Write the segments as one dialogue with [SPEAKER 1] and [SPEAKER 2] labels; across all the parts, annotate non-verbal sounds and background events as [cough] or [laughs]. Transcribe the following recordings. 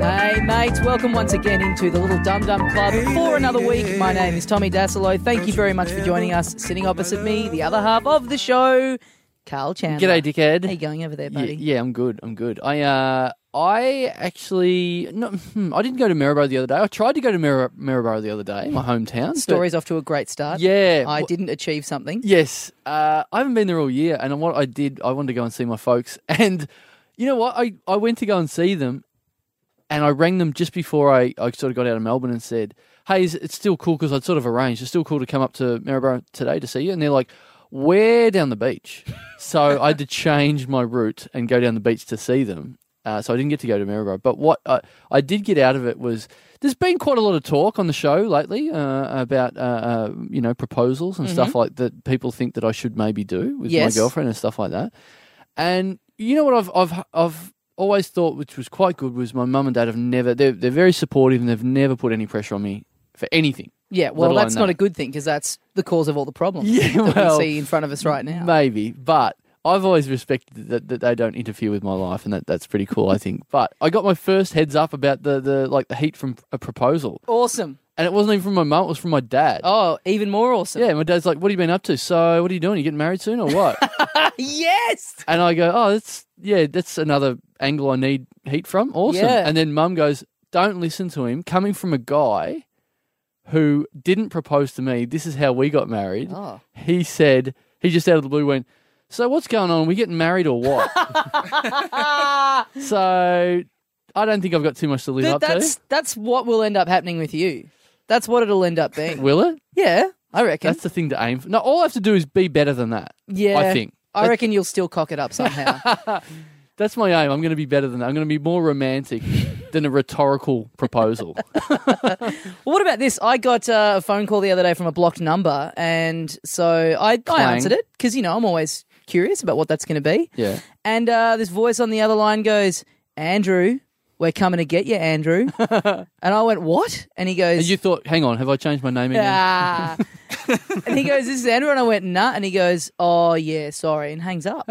[SPEAKER 1] mates. Welcome once again into the Little Dum Dum Club for another week. My name is Tommy Dasilo. Thank you very much for joining us. Sitting opposite me, the other half of the show, Carl Chandler.
[SPEAKER 2] G'day, dickhead.
[SPEAKER 1] How you going over there,
[SPEAKER 2] Yeah,
[SPEAKER 1] buddy?
[SPEAKER 2] yeah, I'm good. I'm good. I uh, I actually no, hmm, I didn't go to Maryborough the other day. I tried to go to Mar- Maryborough the other day, my hometown. but-
[SPEAKER 1] Story's off to a great start.
[SPEAKER 2] Yeah.
[SPEAKER 1] I
[SPEAKER 2] wh-
[SPEAKER 1] didn't achieve something.
[SPEAKER 2] Yes. Uh, I haven't been there all year, and what I did, I wanted to go and see my folks, [laughs] and you know what? I I went to go and see them, and I rang them just before I I sort of got out of Melbourne and said, "Hey, is, it's still cool because I'd sort of arranged. It's still cool to come up to Maryborough today to see you," and they're like. We're down the beach, so I had to change my route and go down the beach to see them. Uh, so I didn't get to go to Maryborough. But what I, I did get out of it was there's been quite a lot of talk on the show lately uh, about uh, uh, you know proposals and stuff like that. People think that I should maybe do with
[SPEAKER 1] Yes.
[SPEAKER 2] my girlfriend and stuff like that. And you know what I've I've I've always thought, which was quite good, was my mum and dad have never they're they're very supportive and they've never put any pressure on me for anything.
[SPEAKER 1] Yeah, well,
[SPEAKER 2] Let alone
[SPEAKER 1] that's not
[SPEAKER 2] that.
[SPEAKER 1] a good thing because that's the cause of all the problems
[SPEAKER 2] Yeah,
[SPEAKER 1] [laughs] that
[SPEAKER 2] [laughs] well,
[SPEAKER 1] we see in front of us right now.
[SPEAKER 2] Maybe, but I've always respected that, that they don't interfere with my life, and that, that's pretty cool, I think. But I got my first heads up about the, the like the heat from a proposal,
[SPEAKER 1] Awesome.
[SPEAKER 2] and it wasn't even from my mum; it was from my dad.
[SPEAKER 1] Oh, even more awesome.
[SPEAKER 2] Yeah, my dad's like, "What have you been up to? So, what are you doing? You getting married soon or what?"
[SPEAKER 1] [laughs] Yes.
[SPEAKER 2] and I go, "Oh, that's yeah, that's another angle I need heat from. Awesome."
[SPEAKER 1] Yeah.
[SPEAKER 2] And then mum goes, "Don't listen to him. Coming from a guy who didn't propose to me, this is how we got married."
[SPEAKER 1] Oh.
[SPEAKER 2] He said, he just out of the blue went, "So what's going on? Are we getting married
[SPEAKER 1] [laughs]
[SPEAKER 2] or what?" so I don't think I've got too much to live
[SPEAKER 1] Th-
[SPEAKER 2] up
[SPEAKER 1] that's
[SPEAKER 2] to.
[SPEAKER 1] that's what will end up happening with you. That's what it'll end up being.
[SPEAKER 2] Will it?
[SPEAKER 1] yeah, I reckon.
[SPEAKER 2] That's the thing to aim for. No, all I have to do is be better than that.
[SPEAKER 1] yeah,
[SPEAKER 2] I think.
[SPEAKER 1] I reckon you'll still cock it up somehow. [laughs]
[SPEAKER 2] That's my aim. I'm going to be better than that. I'm going to be more romantic than a rhetorical proposal.
[SPEAKER 1] Well, what about this? I got uh, a phone call the other day from a blocked number, and so I, I answered it because you know I'm always curious about what that's going to be.
[SPEAKER 2] [laughs] Yeah.
[SPEAKER 1] And uh, this voice on the other line goes, "Andrew, we're coming to get you,
[SPEAKER 2] [laughs]
[SPEAKER 1] Andrew." and I went, "What?" And he goes,
[SPEAKER 2] And you thought, hang on, have I changed my name again?
[SPEAKER 1] Ah. and he goes, "This is Andrew," and I went, "Nah," and he goes, "Oh yeah, sorry," and hangs
[SPEAKER 2] [laughs]
[SPEAKER 1] up.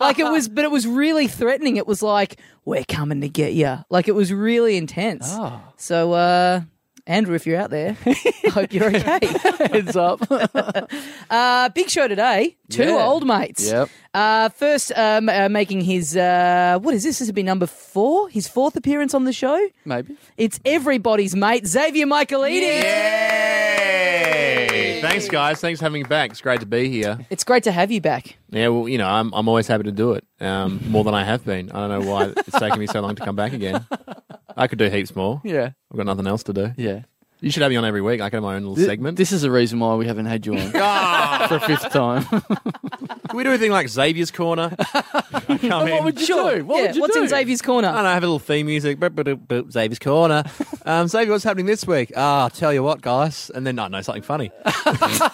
[SPEAKER 1] like it was, but it was really threatening. It was like, "We're coming to get you." Like it was really intense.
[SPEAKER 2] Oh.
[SPEAKER 1] So, uh, Andrew, if you're out there, [laughs] I hope you're okay.
[SPEAKER 2] [laughs] [laughs] Heads up.
[SPEAKER 1] Uh, big show today. Two
[SPEAKER 2] Yeah.
[SPEAKER 1] old mates.
[SPEAKER 2] yep.
[SPEAKER 1] Uh, first, um, uh, making his uh, what is this? This would be number four. His fourth appearance on the show.
[SPEAKER 2] Maybe.
[SPEAKER 1] It's everybody's mate, Xavier Michaelidis.
[SPEAKER 3] Hey, thanks guys. Thanks for having me back. It's great to be here.
[SPEAKER 1] It's great to have you back.
[SPEAKER 3] Yeah, well, you know, I'm I'm always happy to do it. Um, more than I have been. I don't know why it's taken me so long to come back again. I could do heaps more.
[SPEAKER 2] Yeah.
[SPEAKER 3] I've got nothing else to do.
[SPEAKER 2] Yeah.
[SPEAKER 3] You should have me on every week. I can have my own little
[SPEAKER 2] Th-
[SPEAKER 3] segment.
[SPEAKER 2] This is the reason why we haven't had you [laughs] on
[SPEAKER 3] [laughs] Ah,
[SPEAKER 2] for a fifth time.
[SPEAKER 3] can we do a thing like Xavier's Corner? [laughs] I come in.
[SPEAKER 2] what would you do? What
[SPEAKER 1] yeah,
[SPEAKER 2] would you
[SPEAKER 1] what's
[SPEAKER 2] do?
[SPEAKER 1] in Xavier's corner?
[SPEAKER 3] I don't know, have a little theme music. Boop, boop, boop, boop,
[SPEAKER 2] [laughs]
[SPEAKER 3] Xavier's Corner. Um, Xavier, what's happening this week? Ah, I'll tell you what, guys. And then, no, no,
[SPEAKER 2] [laughs]
[SPEAKER 3] something funny. [laughs]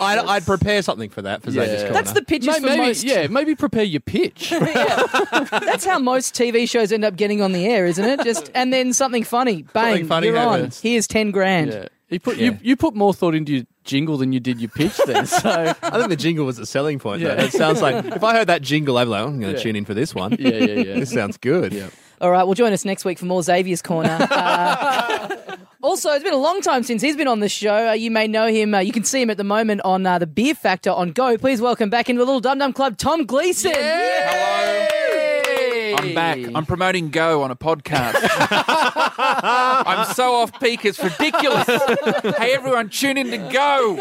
[SPEAKER 3] I'd, I'd prepare something for that for Xavier's
[SPEAKER 2] Yeah.
[SPEAKER 3] Corner.
[SPEAKER 1] That's the pitches
[SPEAKER 2] May-
[SPEAKER 1] for
[SPEAKER 2] maybe,
[SPEAKER 1] most.
[SPEAKER 2] Yeah, maybe prepare your pitch.
[SPEAKER 1] [laughs] Yeah. That's how most TV shows end up getting on the air, isn't it? Just and then something funny, bang,
[SPEAKER 3] Something funny
[SPEAKER 1] you're
[SPEAKER 3] happens.
[SPEAKER 1] on. Here's ten grand.
[SPEAKER 2] [laughs] yeah. You put
[SPEAKER 3] Yeah.
[SPEAKER 2] you you put more thought into your jingle than you did your pitch [laughs] then. So
[SPEAKER 3] I think the jingle was the selling point.
[SPEAKER 2] Yeah.
[SPEAKER 3] Though. It sounds like if I heard that jingle, I'd be like, oh, I'm going to
[SPEAKER 2] Yeah.
[SPEAKER 3] tune in for this one.
[SPEAKER 2] yeah, yeah, yeah.
[SPEAKER 3] This sounds good.
[SPEAKER 1] All right, well, join us next week for more Xavier's
[SPEAKER 3] [laughs]
[SPEAKER 1] Corner. Uh, also, it's been a long time since he's been on the show. Uh, you may know him. Uh, you can see him at the moment on uh, the Beer Factor on Go. Please welcome back into the Little Dum Dum Club, Tom Gleeson.
[SPEAKER 4] I'm back. I'm promoting Go on a [laughs] podcast. I'm so off peak, it's ridiculous. [laughs] hey, everyone, tune in to Go.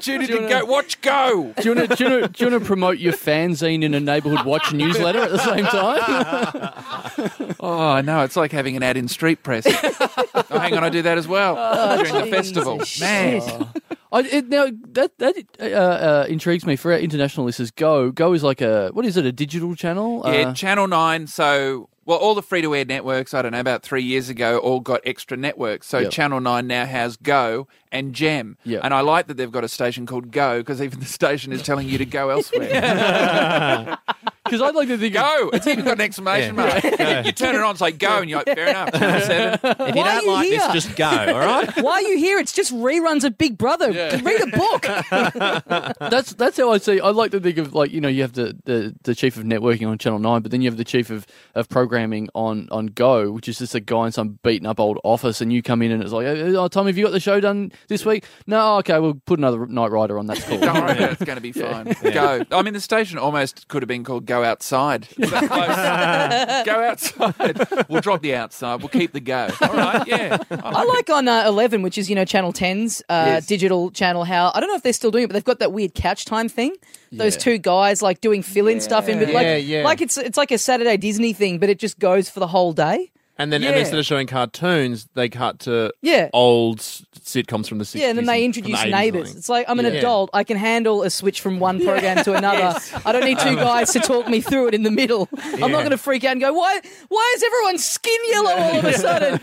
[SPEAKER 4] tune in to Go. Watch Go.
[SPEAKER 2] Do you want to do you wanna, do you wanna promote your fanzine in a neighbourhood watch newsletter at the same time?
[SPEAKER 4] Oh, I know. It's like having an ad in Street [laughs] Press. oh, hang on, I do that as well during the festival.
[SPEAKER 1] Jesus.
[SPEAKER 4] Man.
[SPEAKER 2] I, it, now that that uh, uh, intrigues me. For our international listeners, Go Go is like a what is it? A digital channel?
[SPEAKER 4] Yeah,
[SPEAKER 2] Uh,
[SPEAKER 4] Channel 9. So, well, all the free to air networks, I don't know, about three years ago, all got extra networks. So,
[SPEAKER 2] Yep.
[SPEAKER 4] Channel 9 now has Go and Gem.
[SPEAKER 2] Yep.
[SPEAKER 4] And I like that they've got a station called Go because even the station is telling you to go elsewhere.
[SPEAKER 2] Because I'd like to think.
[SPEAKER 4] Go. It's even got an exclamation
[SPEAKER 3] Yeah.
[SPEAKER 4] mark. You turn it on, it's like go, and you're like, fair enough. Channel Seven.
[SPEAKER 3] If
[SPEAKER 1] Why
[SPEAKER 3] you
[SPEAKER 1] are
[SPEAKER 3] don't
[SPEAKER 1] you
[SPEAKER 3] like
[SPEAKER 1] here?
[SPEAKER 3] this, just go. All right.
[SPEAKER 1] Why are you here? It's just reruns of Big Brother. Read a book.
[SPEAKER 2] That's that's how I see. I like to think of like you know you have the, the, the chief of networking on Channel Nine, but then you have the chief of, of programming on, on Go, which is just a guy in some beaten up old office, and you come in and it's like, oh Tom, have you got the show done this week? No, oh, okay, we'll put another Night Rider on. That's cool.
[SPEAKER 4] Don't worry, about it, it's going to be fine. Go. I mean, the station almost could have been called "Go Outside." Was that close? go outside. We'll drop the outside. We'll keep the go. All right. Yeah.
[SPEAKER 1] I like on uh, 11, which is, you know, Channel 10's uh, digital channel, how I don't know if they're still doing it, but they've got that weird catch time thing. Those two guys like doing fill in stuff in, but like,
[SPEAKER 3] Yeah, yeah.
[SPEAKER 1] like it's it's like a Saturday Disney thing, but it just goes for the whole day.
[SPEAKER 3] And then and
[SPEAKER 4] Yeah.
[SPEAKER 3] instead of showing cartoons, they cut to
[SPEAKER 1] Yeah.
[SPEAKER 3] old s- sitcoms from the 60s.
[SPEAKER 1] Yeah, and then they
[SPEAKER 3] and- from the
[SPEAKER 1] introduce
[SPEAKER 3] 80s, I
[SPEAKER 1] neighbors.
[SPEAKER 3] think.
[SPEAKER 1] It's like I'm an
[SPEAKER 3] Yeah.
[SPEAKER 1] adult; I can handle a switch from one program to
[SPEAKER 3] [laughs]
[SPEAKER 1] another. I don't need
[SPEAKER 3] Um,
[SPEAKER 1] two guys to talk me through it in the middle. I'm not going to freak out and go, "Why? Why is everyone's skin yellow all of a sudden?"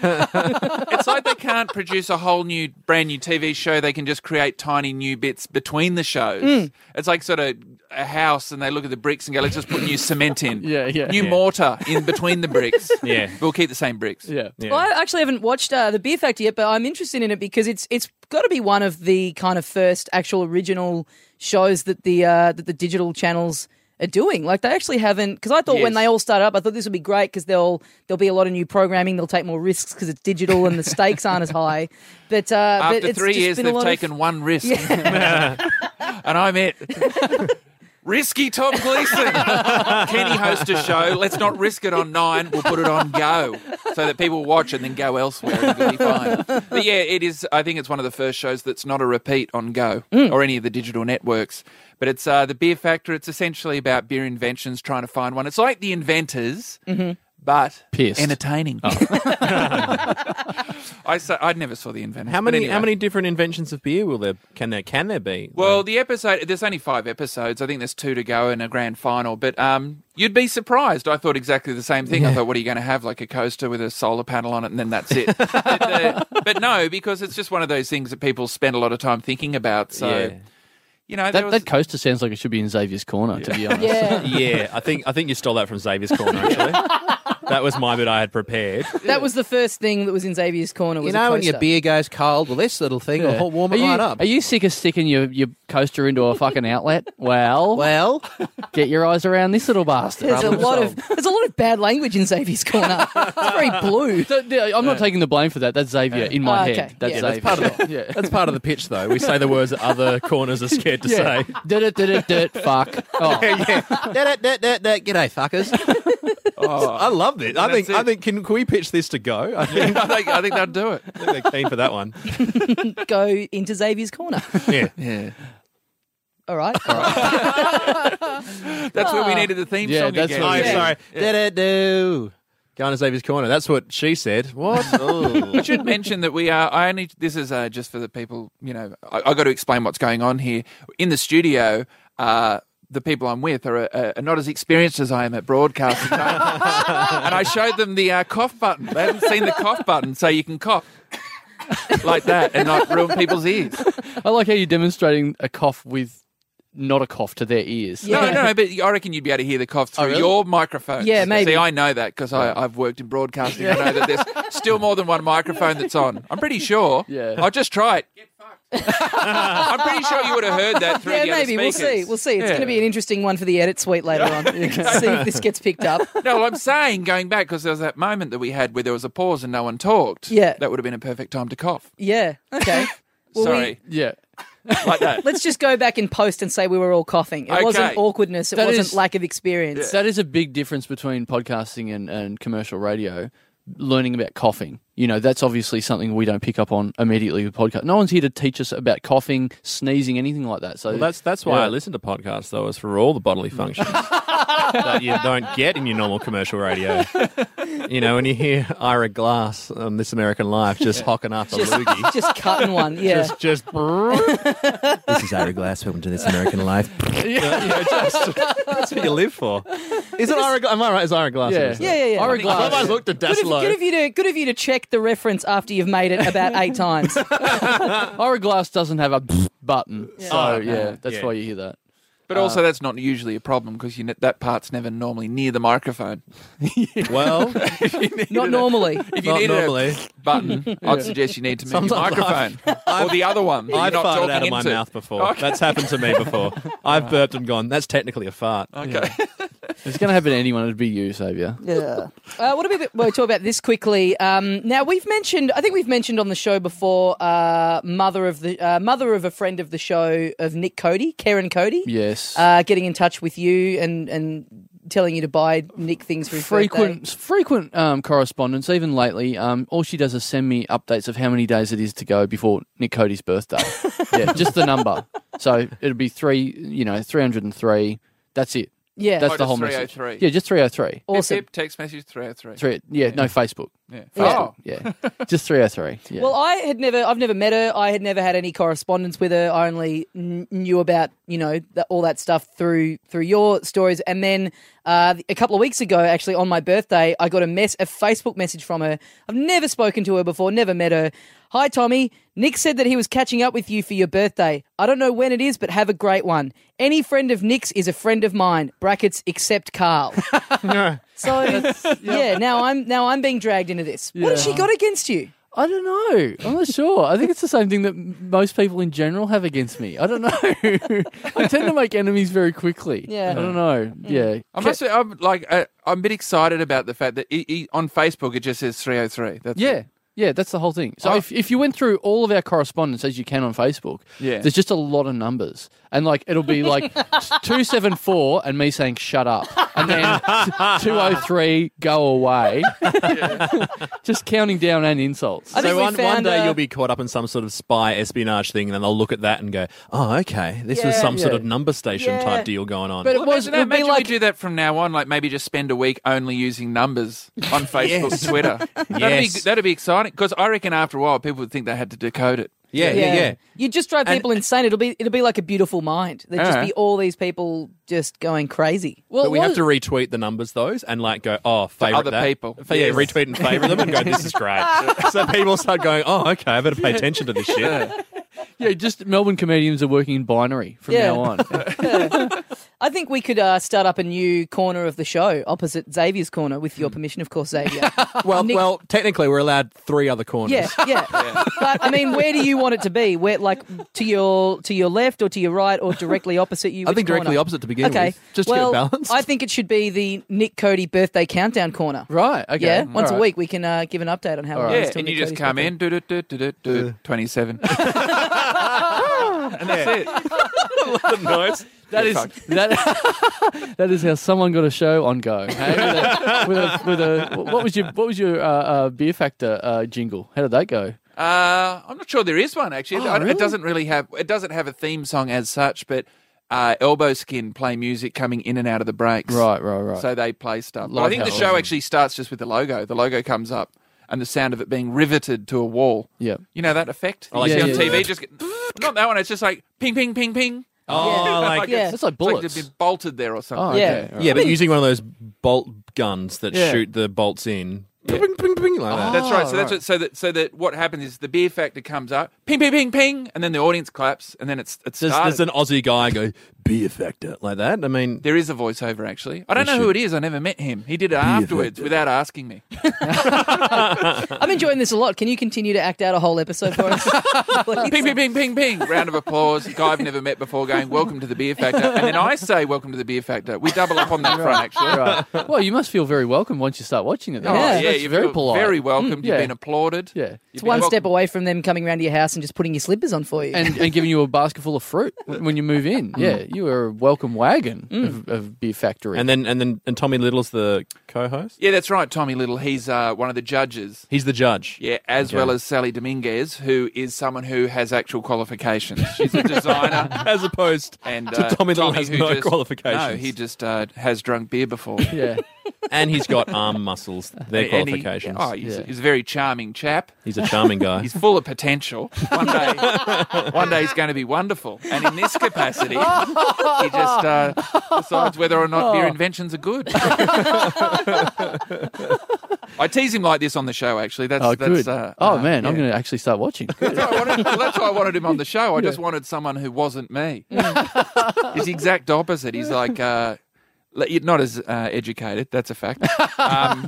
[SPEAKER 4] It's like they can't produce a whole new, brand new TV show. They can just create tiny new bits between the shows.
[SPEAKER 2] Mm.
[SPEAKER 4] It's like sort of a house, and they look at the bricks and go, "Let's just put new cement in,
[SPEAKER 2] [laughs] Yeah, yeah.
[SPEAKER 4] new
[SPEAKER 2] Yeah.
[SPEAKER 4] mortar in between the bricks."
[SPEAKER 3] Yeah.
[SPEAKER 4] we'll keep the same
[SPEAKER 2] [laughs]
[SPEAKER 4] bricks.
[SPEAKER 2] yeah. yeah.
[SPEAKER 1] Well, I actually haven't watched uh, the Beer Factor yet, but I'm interested in it because it's it's got to be one of the kind of first actual original shows that the uh, that the digital channels are doing. Like they actually haven't because I thought when
[SPEAKER 4] Yes.
[SPEAKER 1] they all started up, I thought this would be great because they'll there'll be a lot of new programming, they'll take more risks because it's digital and the stakes aren't as high. But uh,
[SPEAKER 4] After
[SPEAKER 1] but it's
[SPEAKER 4] three
[SPEAKER 1] just
[SPEAKER 4] years,
[SPEAKER 1] been a
[SPEAKER 4] they've
[SPEAKER 1] lot of-
[SPEAKER 4] taken one risk. [laughs] and I'm it. Risky Tom Gleason. Can he host a show? Let's not risk it on nine. We'll put it on go so that people watch and then go elsewhere. and It'll be fine. But yeah, it is. I think it's one of the first shows that's not a repeat on go
[SPEAKER 1] Mm.
[SPEAKER 4] or any of the digital networks. But it's uh, the beer factor. It's essentially about beer inventions, trying to find one. It's like the inventors,
[SPEAKER 1] Mm-hmm.
[SPEAKER 4] but
[SPEAKER 2] Pissed.
[SPEAKER 4] entertaining. [laughs] I sa- I never saw the inventors.
[SPEAKER 3] How
[SPEAKER 4] but
[SPEAKER 3] many
[SPEAKER 4] anyway.
[SPEAKER 3] how many different inventions of beer will there can there can there be? [laughs]
[SPEAKER 4] Well, the episode there's only five episodes. I think there's two to go and a grand final. But um, you'd be surprised. I thought exactly the same thing. I thought, what are you going to have? Like a coaster with a solar panel on it, and then that's it. but, uh, but no, because it's just one of those things that people spend a lot of time thinking about. So
[SPEAKER 3] Yeah.
[SPEAKER 4] you know, there
[SPEAKER 2] That, [laughs]
[SPEAKER 4] was,
[SPEAKER 2] that coaster sounds like it should be in Xavier's corner. To be
[SPEAKER 1] [laughs]
[SPEAKER 2] honest,
[SPEAKER 4] [laughs]
[SPEAKER 1] Yeah.
[SPEAKER 3] yeah, I think I think you stole that from Xavier's corner actually. that was my bit I had prepared.
[SPEAKER 1] That was the first thing that was in Xavier's corner. Was
[SPEAKER 5] You
[SPEAKER 1] a
[SPEAKER 5] know when your
[SPEAKER 1] coaster.
[SPEAKER 5] beer goes cold, well, this little thing
[SPEAKER 2] Yeah.
[SPEAKER 5] will warm
[SPEAKER 2] are
[SPEAKER 5] it
[SPEAKER 2] you,
[SPEAKER 5] right up.
[SPEAKER 2] Are you sick of sticking your, your coaster into a fucking outlet? Well,
[SPEAKER 5] well,
[SPEAKER 3] [laughs]
[SPEAKER 2] get your eyes around this little bastard.
[SPEAKER 1] There's a
[SPEAKER 5] Problem
[SPEAKER 1] lot of [laughs] there's a lot of bad language in Xavier's corner. it's very blue.
[SPEAKER 4] [laughs]
[SPEAKER 2] So, yeah, I'm not taking the blame for that. That's Xavier in my
[SPEAKER 1] Ah,
[SPEAKER 2] head.
[SPEAKER 1] okay.
[SPEAKER 2] That's
[SPEAKER 1] Yeah,
[SPEAKER 2] Xavier.
[SPEAKER 1] that's
[SPEAKER 5] part of
[SPEAKER 2] [laughs] yeah.
[SPEAKER 3] That's part of the pitch though. We say the words that [laughs] other corners are scared to
[SPEAKER 2] Yeah. [laughs]
[SPEAKER 3] [laughs] say.
[SPEAKER 2] Did it, did it, did it, fuck. Oh,
[SPEAKER 5] that, that, that, that, g'day, fuckers.
[SPEAKER 3] [laughs] I love Oh. it. I
[SPEAKER 4] That's
[SPEAKER 3] think I
[SPEAKER 4] it.
[SPEAKER 3] think can, can we pitch this to go? I think,
[SPEAKER 4] I think, I think they'd do it.
[SPEAKER 3] I think they're keen for that one.
[SPEAKER 1] Go into Xavier's corner.
[SPEAKER 3] [laughs] Yeah.
[SPEAKER 4] Yeah,
[SPEAKER 1] All right. All right.
[SPEAKER 4] [laughs] that's where we needed the theme
[SPEAKER 2] Yeah,
[SPEAKER 4] song
[SPEAKER 2] that's
[SPEAKER 4] again.
[SPEAKER 2] what-
[SPEAKER 3] Oh,
[SPEAKER 2] Yeah.
[SPEAKER 3] sorry.
[SPEAKER 5] Da-da-do.
[SPEAKER 3] Go on to Xavier's corner. That's what she said. What? [laughs]
[SPEAKER 4] [laughs] I should mention that we are. I only. This is uh, just for the people. You know, I, I got to explain what's going on here in the studio. Uh, the people I'm with are, uh, are not as experienced as I am at broadcasting, [laughs] and I showed them the uh, cough button. They haven't seen the cough button, so you can cough like that and not ruin people's ears.
[SPEAKER 2] I like how you're demonstrating a cough with not a cough to their ears.
[SPEAKER 1] Yeah. Oh,
[SPEAKER 4] No, no, no, but I reckon you'd be able to hear the cough through
[SPEAKER 2] really?
[SPEAKER 4] your microphone.
[SPEAKER 1] Yeah, maybe.
[SPEAKER 4] See, I know that because I've worked in broadcasting.
[SPEAKER 1] [laughs]
[SPEAKER 4] I know that there's still more than one microphone that's on. I'm pretty sure.
[SPEAKER 2] Yeah.
[SPEAKER 4] I'll just try it. Get fucked. [laughs] I'm pretty sure you would have heard that through
[SPEAKER 1] Yeah,
[SPEAKER 4] the other
[SPEAKER 1] maybe. We'll see.
[SPEAKER 4] speakers.
[SPEAKER 1] We'll see. It's
[SPEAKER 4] Yeah.
[SPEAKER 1] going to be an interesting one for the edit suite later
[SPEAKER 4] [laughs]
[SPEAKER 1] on. see if this gets picked up.
[SPEAKER 4] No, I'm saying going back because there was that moment that we had where there was a pause and no one talked.
[SPEAKER 1] Yeah.
[SPEAKER 4] That would have been a perfect time to cough.
[SPEAKER 1] Yeah. Okay. Well, we- [laughs]
[SPEAKER 4] Sorry.
[SPEAKER 2] Yeah.
[SPEAKER 4] Like that.
[SPEAKER 1] let's just go back in post and say we were all coughing. It
[SPEAKER 4] Okay.
[SPEAKER 1] wasn't awkwardness. It
[SPEAKER 2] That
[SPEAKER 1] wasn't
[SPEAKER 2] is-
[SPEAKER 1] lack of experience.
[SPEAKER 2] That is a big difference between podcasting and, and commercial radio. Learning about coughing. You know, that's obviously something we don't pick up on immediately with podcast. No one's here to teach us about coughing, sneezing, anything like that. So [laughs]
[SPEAKER 3] Well, that's that's why
[SPEAKER 2] Yeah.
[SPEAKER 3] I listen to podcasts though, is for all the bodily [laughs] functions that you don't get in your normal commercial [laughs] radio. You know, when you hear Ira Glass on This American Life just hocking up a
[SPEAKER 1] [laughs]
[SPEAKER 3] loogie,
[SPEAKER 1] Just cutting
[SPEAKER 4] [laughs]
[SPEAKER 1] one. Yeah.
[SPEAKER 3] just just brrrr.
[SPEAKER 5] This is Ira Glass. Welcome to This American
[SPEAKER 3] [laughs]
[SPEAKER 5] Life.
[SPEAKER 3] You know, just- that's what you live for. Is it Ira? Gla- Am I right? Is Ira Glass?
[SPEAKER 2] Yeah.
[SPEAKER 3] isn't it?
[SPEAKER 1] yeah, yeah, yeah.
[SPEAKER 2] Ira
[SPEAKER 3] I
[SPEAKER 2] Glass.
[SPEAKER 3] thought I looked at
[SPEAKER 1] Good of,
[SPEAKER 3] Daslow.
[SPEAKER 1] good of you to good of you to check the reference after you've made it about
[SPEAKER 4] [laughs]
[SPEAKER 1] eight times.
[SPEAKER 2] Ira Glass doesn't have a button. So,
[SPEAKER 3] Oh, no.
[SPEAKER 2] yeah, that's
[SPEAKER 3] Yeah.
[SPEAKER 2] why you hear that.
[SPEAKER 4] But
[SPEAKER 1] Uh.
[SPEAKER 4] also, that's not usually a problem because you ne- that part's never normally near the microphone.
[SPEAKER 3] [laughs] Well,
[SPEAKER 1] Not normally.
[SPEAKER 4] If you
[SPEAKER 3] not
[SPEAKER 4] need
[SPEAKER 3] normally.
[SPEAKER 4] a button, I'd suggest you need to move the
[SPEAKER 3] Sometimes
[SPEAKER 4] microphone or the
[SPEAKER 3] [laughs]
[SPEAKER 4] other one. that you're
[SPEAKER 3] I've
[SPEAKER 4] not
[SPEAKER 3] farted
[SPEAKER 4] talking
[SPEAKER 3] out of my
[SPEAKER 4] into.
[SPEAKER 3] mouth before.
[SPEAKER 4] Okay.
[SPEAKER 3] That's happened [laughs] to me before. I've burped and gone. That's technically a fart.
[SPEAKER 4] [laughs] Okay.
[SPEAKER 2] If it's going to happen to anyone, it'd be you, Xavier.
[SPEAKER 1] Yeah. Uh, what about well, we talk about this quickly? Um, now we've mentioned, I think we've mentioned on the show before, uh, mother of the uh, mother of a friend of the show of Nick Cody, Karen Cody.
[SPEAKER 2] Yes.
[SPEAKER 1] Uh, getting in touch with you and and telling you to buy Nick things for his
[SPEAKER 2] frequent
[SPEAKER 1] birthday.
[SPEAKER 2] frequent um, correspondence, even lately. Um, all she does is send me updates of how many days it is to go before Nick
[SPEAKER 1] [laughs]
[SPEAKER 2] Cody's birthday. yeah, just the number. So it'd be three, you know, three hundred and three. That's it.
[SPEAKER 1] Yeah.
[SPEAKER 2] That's the
[SPEAKER 4] Oh, just
[SPEAKER 2] whole message.
[SPEAKER 4] 303.
[SPEAKER 2] Yeah, just three hundred three.
[SPEAKER 1] awesome.
[SPEAKER 4] Hip, hip, text message 303.
[SPEAKER 2] Three. Yeah, no Facebook.
[SPEAKER 4] Yeah. Oh,
[SPEAKER 2] Facebook. Yeah,
[SPEAKER 4] [laughs]
[SPEAKER 2] just three hundred three. Yeah.
[SPEAKER 1] Well, I had never, I've never met her. I had never had any correspondence with her. I only kn- knew about, you know, that, all that stuff through through your stories. And then uh, a couple of weeks ago, actually on my birthday, I got a mess, a Facebook message from her. I've never spoken to her before, never met her. Hi, Tommy. Nick said that he was catching up with you for your birthday. I don't know when it is, but have a great one. Any friend of Nick's is a friend of mine. Brackets except Carl. so yeah, now I'm now I'm being dragged into this. What has she got against you?
[SPEAKER 2] I don't know. I'm not sure. I think it's the same thing that m- most people in general have against me. I don't know. [laughs] I tend to make enemies very quickly.
[SPEAKER 1] Yeah.
[SPEAKER 2] I don't know. Yeah.
[SPEAKER 4] I must say, I'm like, uh, I'm a bit excited about the fact that he, he, on Facebook it just says 303. That's
[SPEAKER 2] Yeah.
[SPEAKER 4] it.
[SPEAKER 2] Yeah, that's the whole thing. So
[SPEAKER 4] I-
[SPEAKER 2] if, if you went through all of our correspondence as you can on Facebook,
[SPEAKER 4] Yeah.
[SPEAKER 2] there's just a lot of numbers. And like it'll
[SPEAKER 1] [laughs]
[SPEAKER 2] be like 274 and me saying shut up. And
[SPEAKER 1] [laughs]
[SPEAKER 2] then 203 go away. just counting down and insults.
[SPEAKER 1] I think
[SPEAKER 3] so
[SPEAKER 1] we
[SPEAKER 3] one, one
[SPEAKER 1] found,
[SPEAKER 3] day
[SPEAKER 1] uh,
[SPEAKER 3] you'll be caught up in some sort of spy espionage thing, and then they'll look at that and go, "Oh, okay, this was
[SPEAKER 1] Yeah.
[SPEAKER 3] some sort
[SPEAKER 2] Yeah.
[SPEAKER 3] of number station
[SPEAKER 1] Yeah.
[SPEAKER 3] type deal going on."
[SPEAKER 2] But it
[SPEAKER 4] Well,
[SPEAKER 2] was
[SPEAKER 4] imagine that.
[SPEAKER 2] it'd be
[SPEAKER 4] Imagine
[SPEAKER 2] like
[SPEAKER 4] we do that from now on. Like maybe just spend a week only using numbers on Facebook, Twitter. That'd, be,
[SPEAKER 3] Yes.
[SPEAKER 4] that'd be exciting because I reckon after a while people would think they had to decode it.
[SPEAKER 5] Yeah, yeah, yeah.
[SPEAKER 1] You just drive people insane. It'll be it'll be like a beautiful mind. There'd just
[SPEAKER 4] Yeah.
[SPEAKER 1] be all these people just going crazy.
[SPEAKER 2] well,
[SPEAKER 3] But we
[SPEAKER 2] was-
[SPEAKER 3] have to retweet the numbers those and like go, oh, favorite
[SPEAKER 4] other
[SPEAKER 3] that.
[SPEAKER 4] people.
[SPEAKER 3] Fa- Yeah,
[SPEAKER 4] Yes.
[SPEAKER 3] retweet and favorite them and go, this
[SPEAKER 1] [laughs]
[SPEAKER 3] is great. so people start going, oh, okay, I better pay attention to this shit.
[SPEAKER 2] Yeah, just Melbourne comedians are working in binary from
[SPEAKER 1] Yeah.
[SPEAKER 2] now
[SPEAKER 1] [laughs]
[SPEAKER 2] on.
[SPEAKER 1] I think we could uh, start up a new corner of the show opposite Xavier's corner, with
[SPEAKER 3] Hmm.
[SPEAKER 1] your permission, of course,
[SPEAKER 3] [laughs]
[SPEAKER 1] Xavier.
[SPEAKER 3] Well,
[SPEAKER 1] Nick-
[SPEAKER 3] well, technically we're allowed three other corners.
[SPEAKER 1] yeah, yeah. But I mean, where do you want it to be? Where, like, to your to your left or to your right or directly opposite you?
[SPEAKER 3] I
[SPEAKER 1] Which
[SPEAKER 3] think directly
[SPEAKER 1] corner?
[SPEAKER 3] opposite to begin
[SPEAKER 1] Okay,
[SPEAKER 3] with, just
[SPEAKER 1] well,
[SPEAKER 3] to get balanced. [laughs]
[SPEAKER 1] I think it should be the Nick Cody birthday countdown corner.
[SPEAKER 2] right. Okay.
[SPEAKER 1] Yeah,
[SPEAKER 2] all
[SPEAKER 1] once
[SPEAKER 2] right.
[SPEAKER 1] a week we can uh, give an update on how. it
[SPEAKER 2] All right.
[SPEAKER 1] is
[SPEAKER 4] Yeah,
[SPEAKER 1] till
[SPEAKER 4] and you
[SPEAKER 1] Nick
[SPEAKER 4] just
[SPEAKER 1] Cody's
[SPEAKER 4] come
[SPEAKER 1] birthday.
[SPEAKER 4] in, do do do do do do, twenty seven, [laughs] and that's it.
[SPEAKER 2] That is that, [laughs] that is how someone got a show on go. Hey? With, a, with, a, with a what was your what was your uh, uh, beer factor uh, jingle? How did that go?
[SPEAKER 4] Uh, I'm not sure there is one actually.
[SPEAKER 2] Oh,
[SPEAKER 4] I-
[SPEAKER 2] really?
[SPEAKER 4] It doesn't really have it doesn't have a theme song as such, but uh, Elbow Skin play music coming in and out of the breaks.
[SPEAKER 2] Right, right, right.
[SPEAKER 4] So they play stuff. But I
[SPEAKER 2] Like
[SPEAKER 4] think the
[SPEAKER 2] how-
[SPEAKER 4] show actually starts just with the logo. The logo comes up and the sound of it being riveted to a wall.
[SPEAKER 2] Yep.
[SPEAKER 4] You know that effect?
[SPEAKER 3] like
[SPEAKER 4] you see
[SPEAKER 2] that.
[SPEAKER 4] on
[SPEAKER 2] Yeah, yeah,
[SPEAKER 4] TV
[SPEAKER 2] yeah.
[SPEAKER 4] just get, not that one, it's just like ping ping ping ping.
[SPEAKER 3] Oh,
[SPEAKER 4] [laughs]
[SPEAKER 1] Yeah.
[SPEAKER 3] like,
[SPEAKER 4] Like
[SPEAKER 1] Yeah.
[SPEAKER 4] it's-
[SPEAKER 2] That's like
[SPEAKER 4] it's like
[SPEAKER 2] bullets.
[SPEAKER 4] they've been bolted there or something.
[SPEAKER 2] oh, okay.
[SPEAKER 1] Yeah.
[SPEAKER 2] all right.
[SPEAKER 3] [laughs] yeah, but using one of those bolt guns that
[SPEAKER 2] Yeah.
[SPEAKER 3] shoot the bolts in. Ping, ping, ping, like that.
[SPEAKER 4] That's right. So
[SPEAKER 2] Oh,
[SPEAKER 4] that's what, so that so that what happens is the beer factor comes up, ping ping ping ping, and then the audience claps, and then it's it's
[SPEAKER 3] Does,
[SPEAKER 4] started.
[SPEAKER 3] does an Aussie guy go beer factor like that? I mean,
[SPEAKER 4] There is a voiceover actually. I don't know who it is. I never met him. He did it afterwards without asking me.
[SPEAKER 1] I'm enjoying this a lot. Can you continue to act out a whole episode for us? please?
[SPEAKER 4] Ping ping ping ping ping. Round of applause. Guy I've never met before going, "Welcome to the Beer Factor," and then I say, "Welcome to the Beer Factor." We double up on that front actually.
[SPEAKER 2] Right. Well, you must feel very welcome once you start watching it.
[SPEAKER 4] Oh,
[SPEAKER 2] Then.
[SPEAKER 1] Yeah.
[SPEAKER 4] yeah,
[SPEAKER 2] That's
[SPEAKER 4] you're
[SPEAKER 2] very polite. Mm,
[SPEAKER 4] Very welcome.
[SPEAKER 2] yeah.
[SPEAKER 4] You've been applauded.
[SPEAKER 2] yeah.
[SPEAKER 4] You've
[SPEAKER 1] It's
[SPEAKER 4] been
[SPEAKER 1] one
[SPEAKER 4] welcome.
[SPEAKER 1] step away from them coming round to your house and just putting your slippers on for you.
[SPEAKER 2] And, and giving you a basket full of
[SPEAKER 4] [laughs]
[SPEAKER 2] fruit when when you move in.
[SPEAKER 4] Mm.
[SPEAKER 2] Yeah, you are a welcome wagon of, of beer factory.
[SPEAKER 3] and then and then and Tommy Little's the co-host.
[SPEAKER 4] Yeah, that's right. Tommy Little. He's uh, one of the judges.
[SPEAKER 3] He's the judge.
[SPEAKER 4] Yeah, as well as Sally Dominguez, who is someone who has actual qualifications. She's a designer.
[SPEAKER 3] as opposed
[SPEAKER 4] And
[SPEAKER 3] to
[SPEAKER 4] uh,
[SPEAKER 3] Tommy Little has
[SPEAKER 4] who
[SPEAKER 3] no
[SPEAKER 4] just,
[SPEAKER 3] qualifications.
[SPEAKER 4] No, he just uh, has drunk beer
[SPEAKER 2] [laughs]
[SPEAKER 4] before. [laughs]
[SPEAKER 2] yeah.
[SPEAKER 3] and he's got arm muscles. Their
[SPEAKER 4] And he-
[SPEAKER 3] qualifications.
[SPEAKER 4] oh, he's,
[SPEAKER 2] Yeah.
[SPEAKER 4] he's a very charming chap.
[SPEAKER 3] he's a charming guy.
[SPEAKER 4] He's full of potential. One day, [laughs] one day he's going to be wonderful. And in this capacity, he just uh,
[SPEAKER 2] Oh.
[SPEAKER 4] [laughs] decides whether or not beer inventions are good. I tease him like this on the show. Actually, that's
[SPEAKER 2] Oh,
[SPEAKER 4] that's.
[SPEAKER 2] good.
[SPEAKER 4] Uh,
[SPEAKER 2] oh
[SPEAKER 4] uh,
[SPEAKER 2] man, I'm
[SPEAKER 4] yeah.
[SPEAKER 2] going to actually start watching. Good.
[SPEAKER 4] That's why I wanted- well, that's why I wanted him on the show. I just wanted someone who wasn't me. He's the exact opposite. He's like, uh, le- you're not as uh, educated. That's a fact. Um,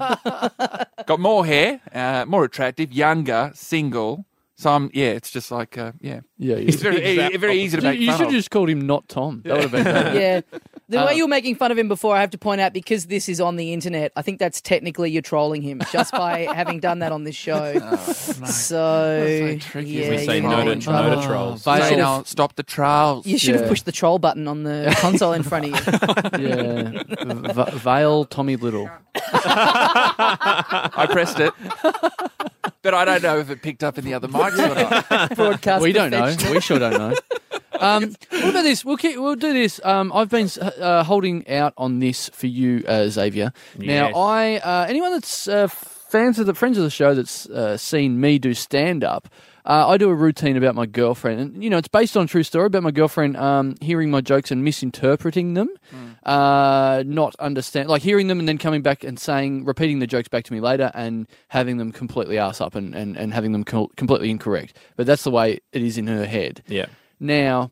[SPEAKER 4] got more hair, uh, more attractive, younger, single. So I'm, yeah, it's just like, uh, yeah,
[SPEAKER 2] [laughs] Yeah, yeah.
[SPEAKER 4] it's very, e- very easy to
[SPEAKER 2] You,
[SPEAKER 4] make
[SPEAKER 2] you
[SPEAKER 4] fun
[SPEAKER 2] should
[SPEAKER 4] of.
[SPEAKER 2] have just called him not Tom. That would have been
[SPEAKER 1] [laughs]
[SPEAKER 2] better.
[SPEAKER 4] [laughs]
[SPEAKER 1] yeah. The
[SPEAKER 2] Uh,
[SPEAKER 1] way you were making fun of him before, I have to point out because this is on the internet. I think that's technically you're trolling him just by having done that on this show. So,
[SPEAKER 4] That's so tricky,
[SPEAKER 1] yeah,
[SPEAKER 4] isn't
[SPEAKER 3] we
[SPEAKER 4] it?
[SPEAKER 3] say
[SPEAKER 1] you're
[SPEAKER 3] no to,
[SPEAKER 1] in trouble.
[SPEAKER 3] no
[SPEAKER 4] Oh,
[SPEAKER 3] to trolls.
[SPEAKER 2] But-
[SPEAKER 4] Say don't stop the trials.
[SPEAKER 1] You should
[SPEAKER 2] Yeah.
[SPEAKER 1] have pushed the troll button on the console in front of you.
[SPEAKER 2] yeah. V- Vale Tommy Little.
[SPEAKER 4] I pressed it, but I don't know if it picked up in the other mics or not.
[SPEAKER 1] Broadcast.
[SPEAKER 2] we don't know.
[SPEAKER 1] perfection.
[SPEAKER 2] We sure don't know. Um, what about this? We'll keep, we'll do this. Um, I've been uh, holding out on this for you, uh, Xavier.
[SPEAKER 3] Yes.
[SPEAKER 2] Now, I uh, anyone that's uh, fans of the friends of the show that's uh, seen me do stand up. Uh, I do a routine about my girlfriend, and you know it's based on a true story about my girlfriend um, hearing my jokes and misinterpreting them, uh, not understand like hearing them and then coming back and saying repeating the jokes back to me later and having them completely ass up and and, and having them co- completely incorrect. But that's the way it is in her head.
[SPEAKER 3] Yeah.
[SPEAKER 2] Now,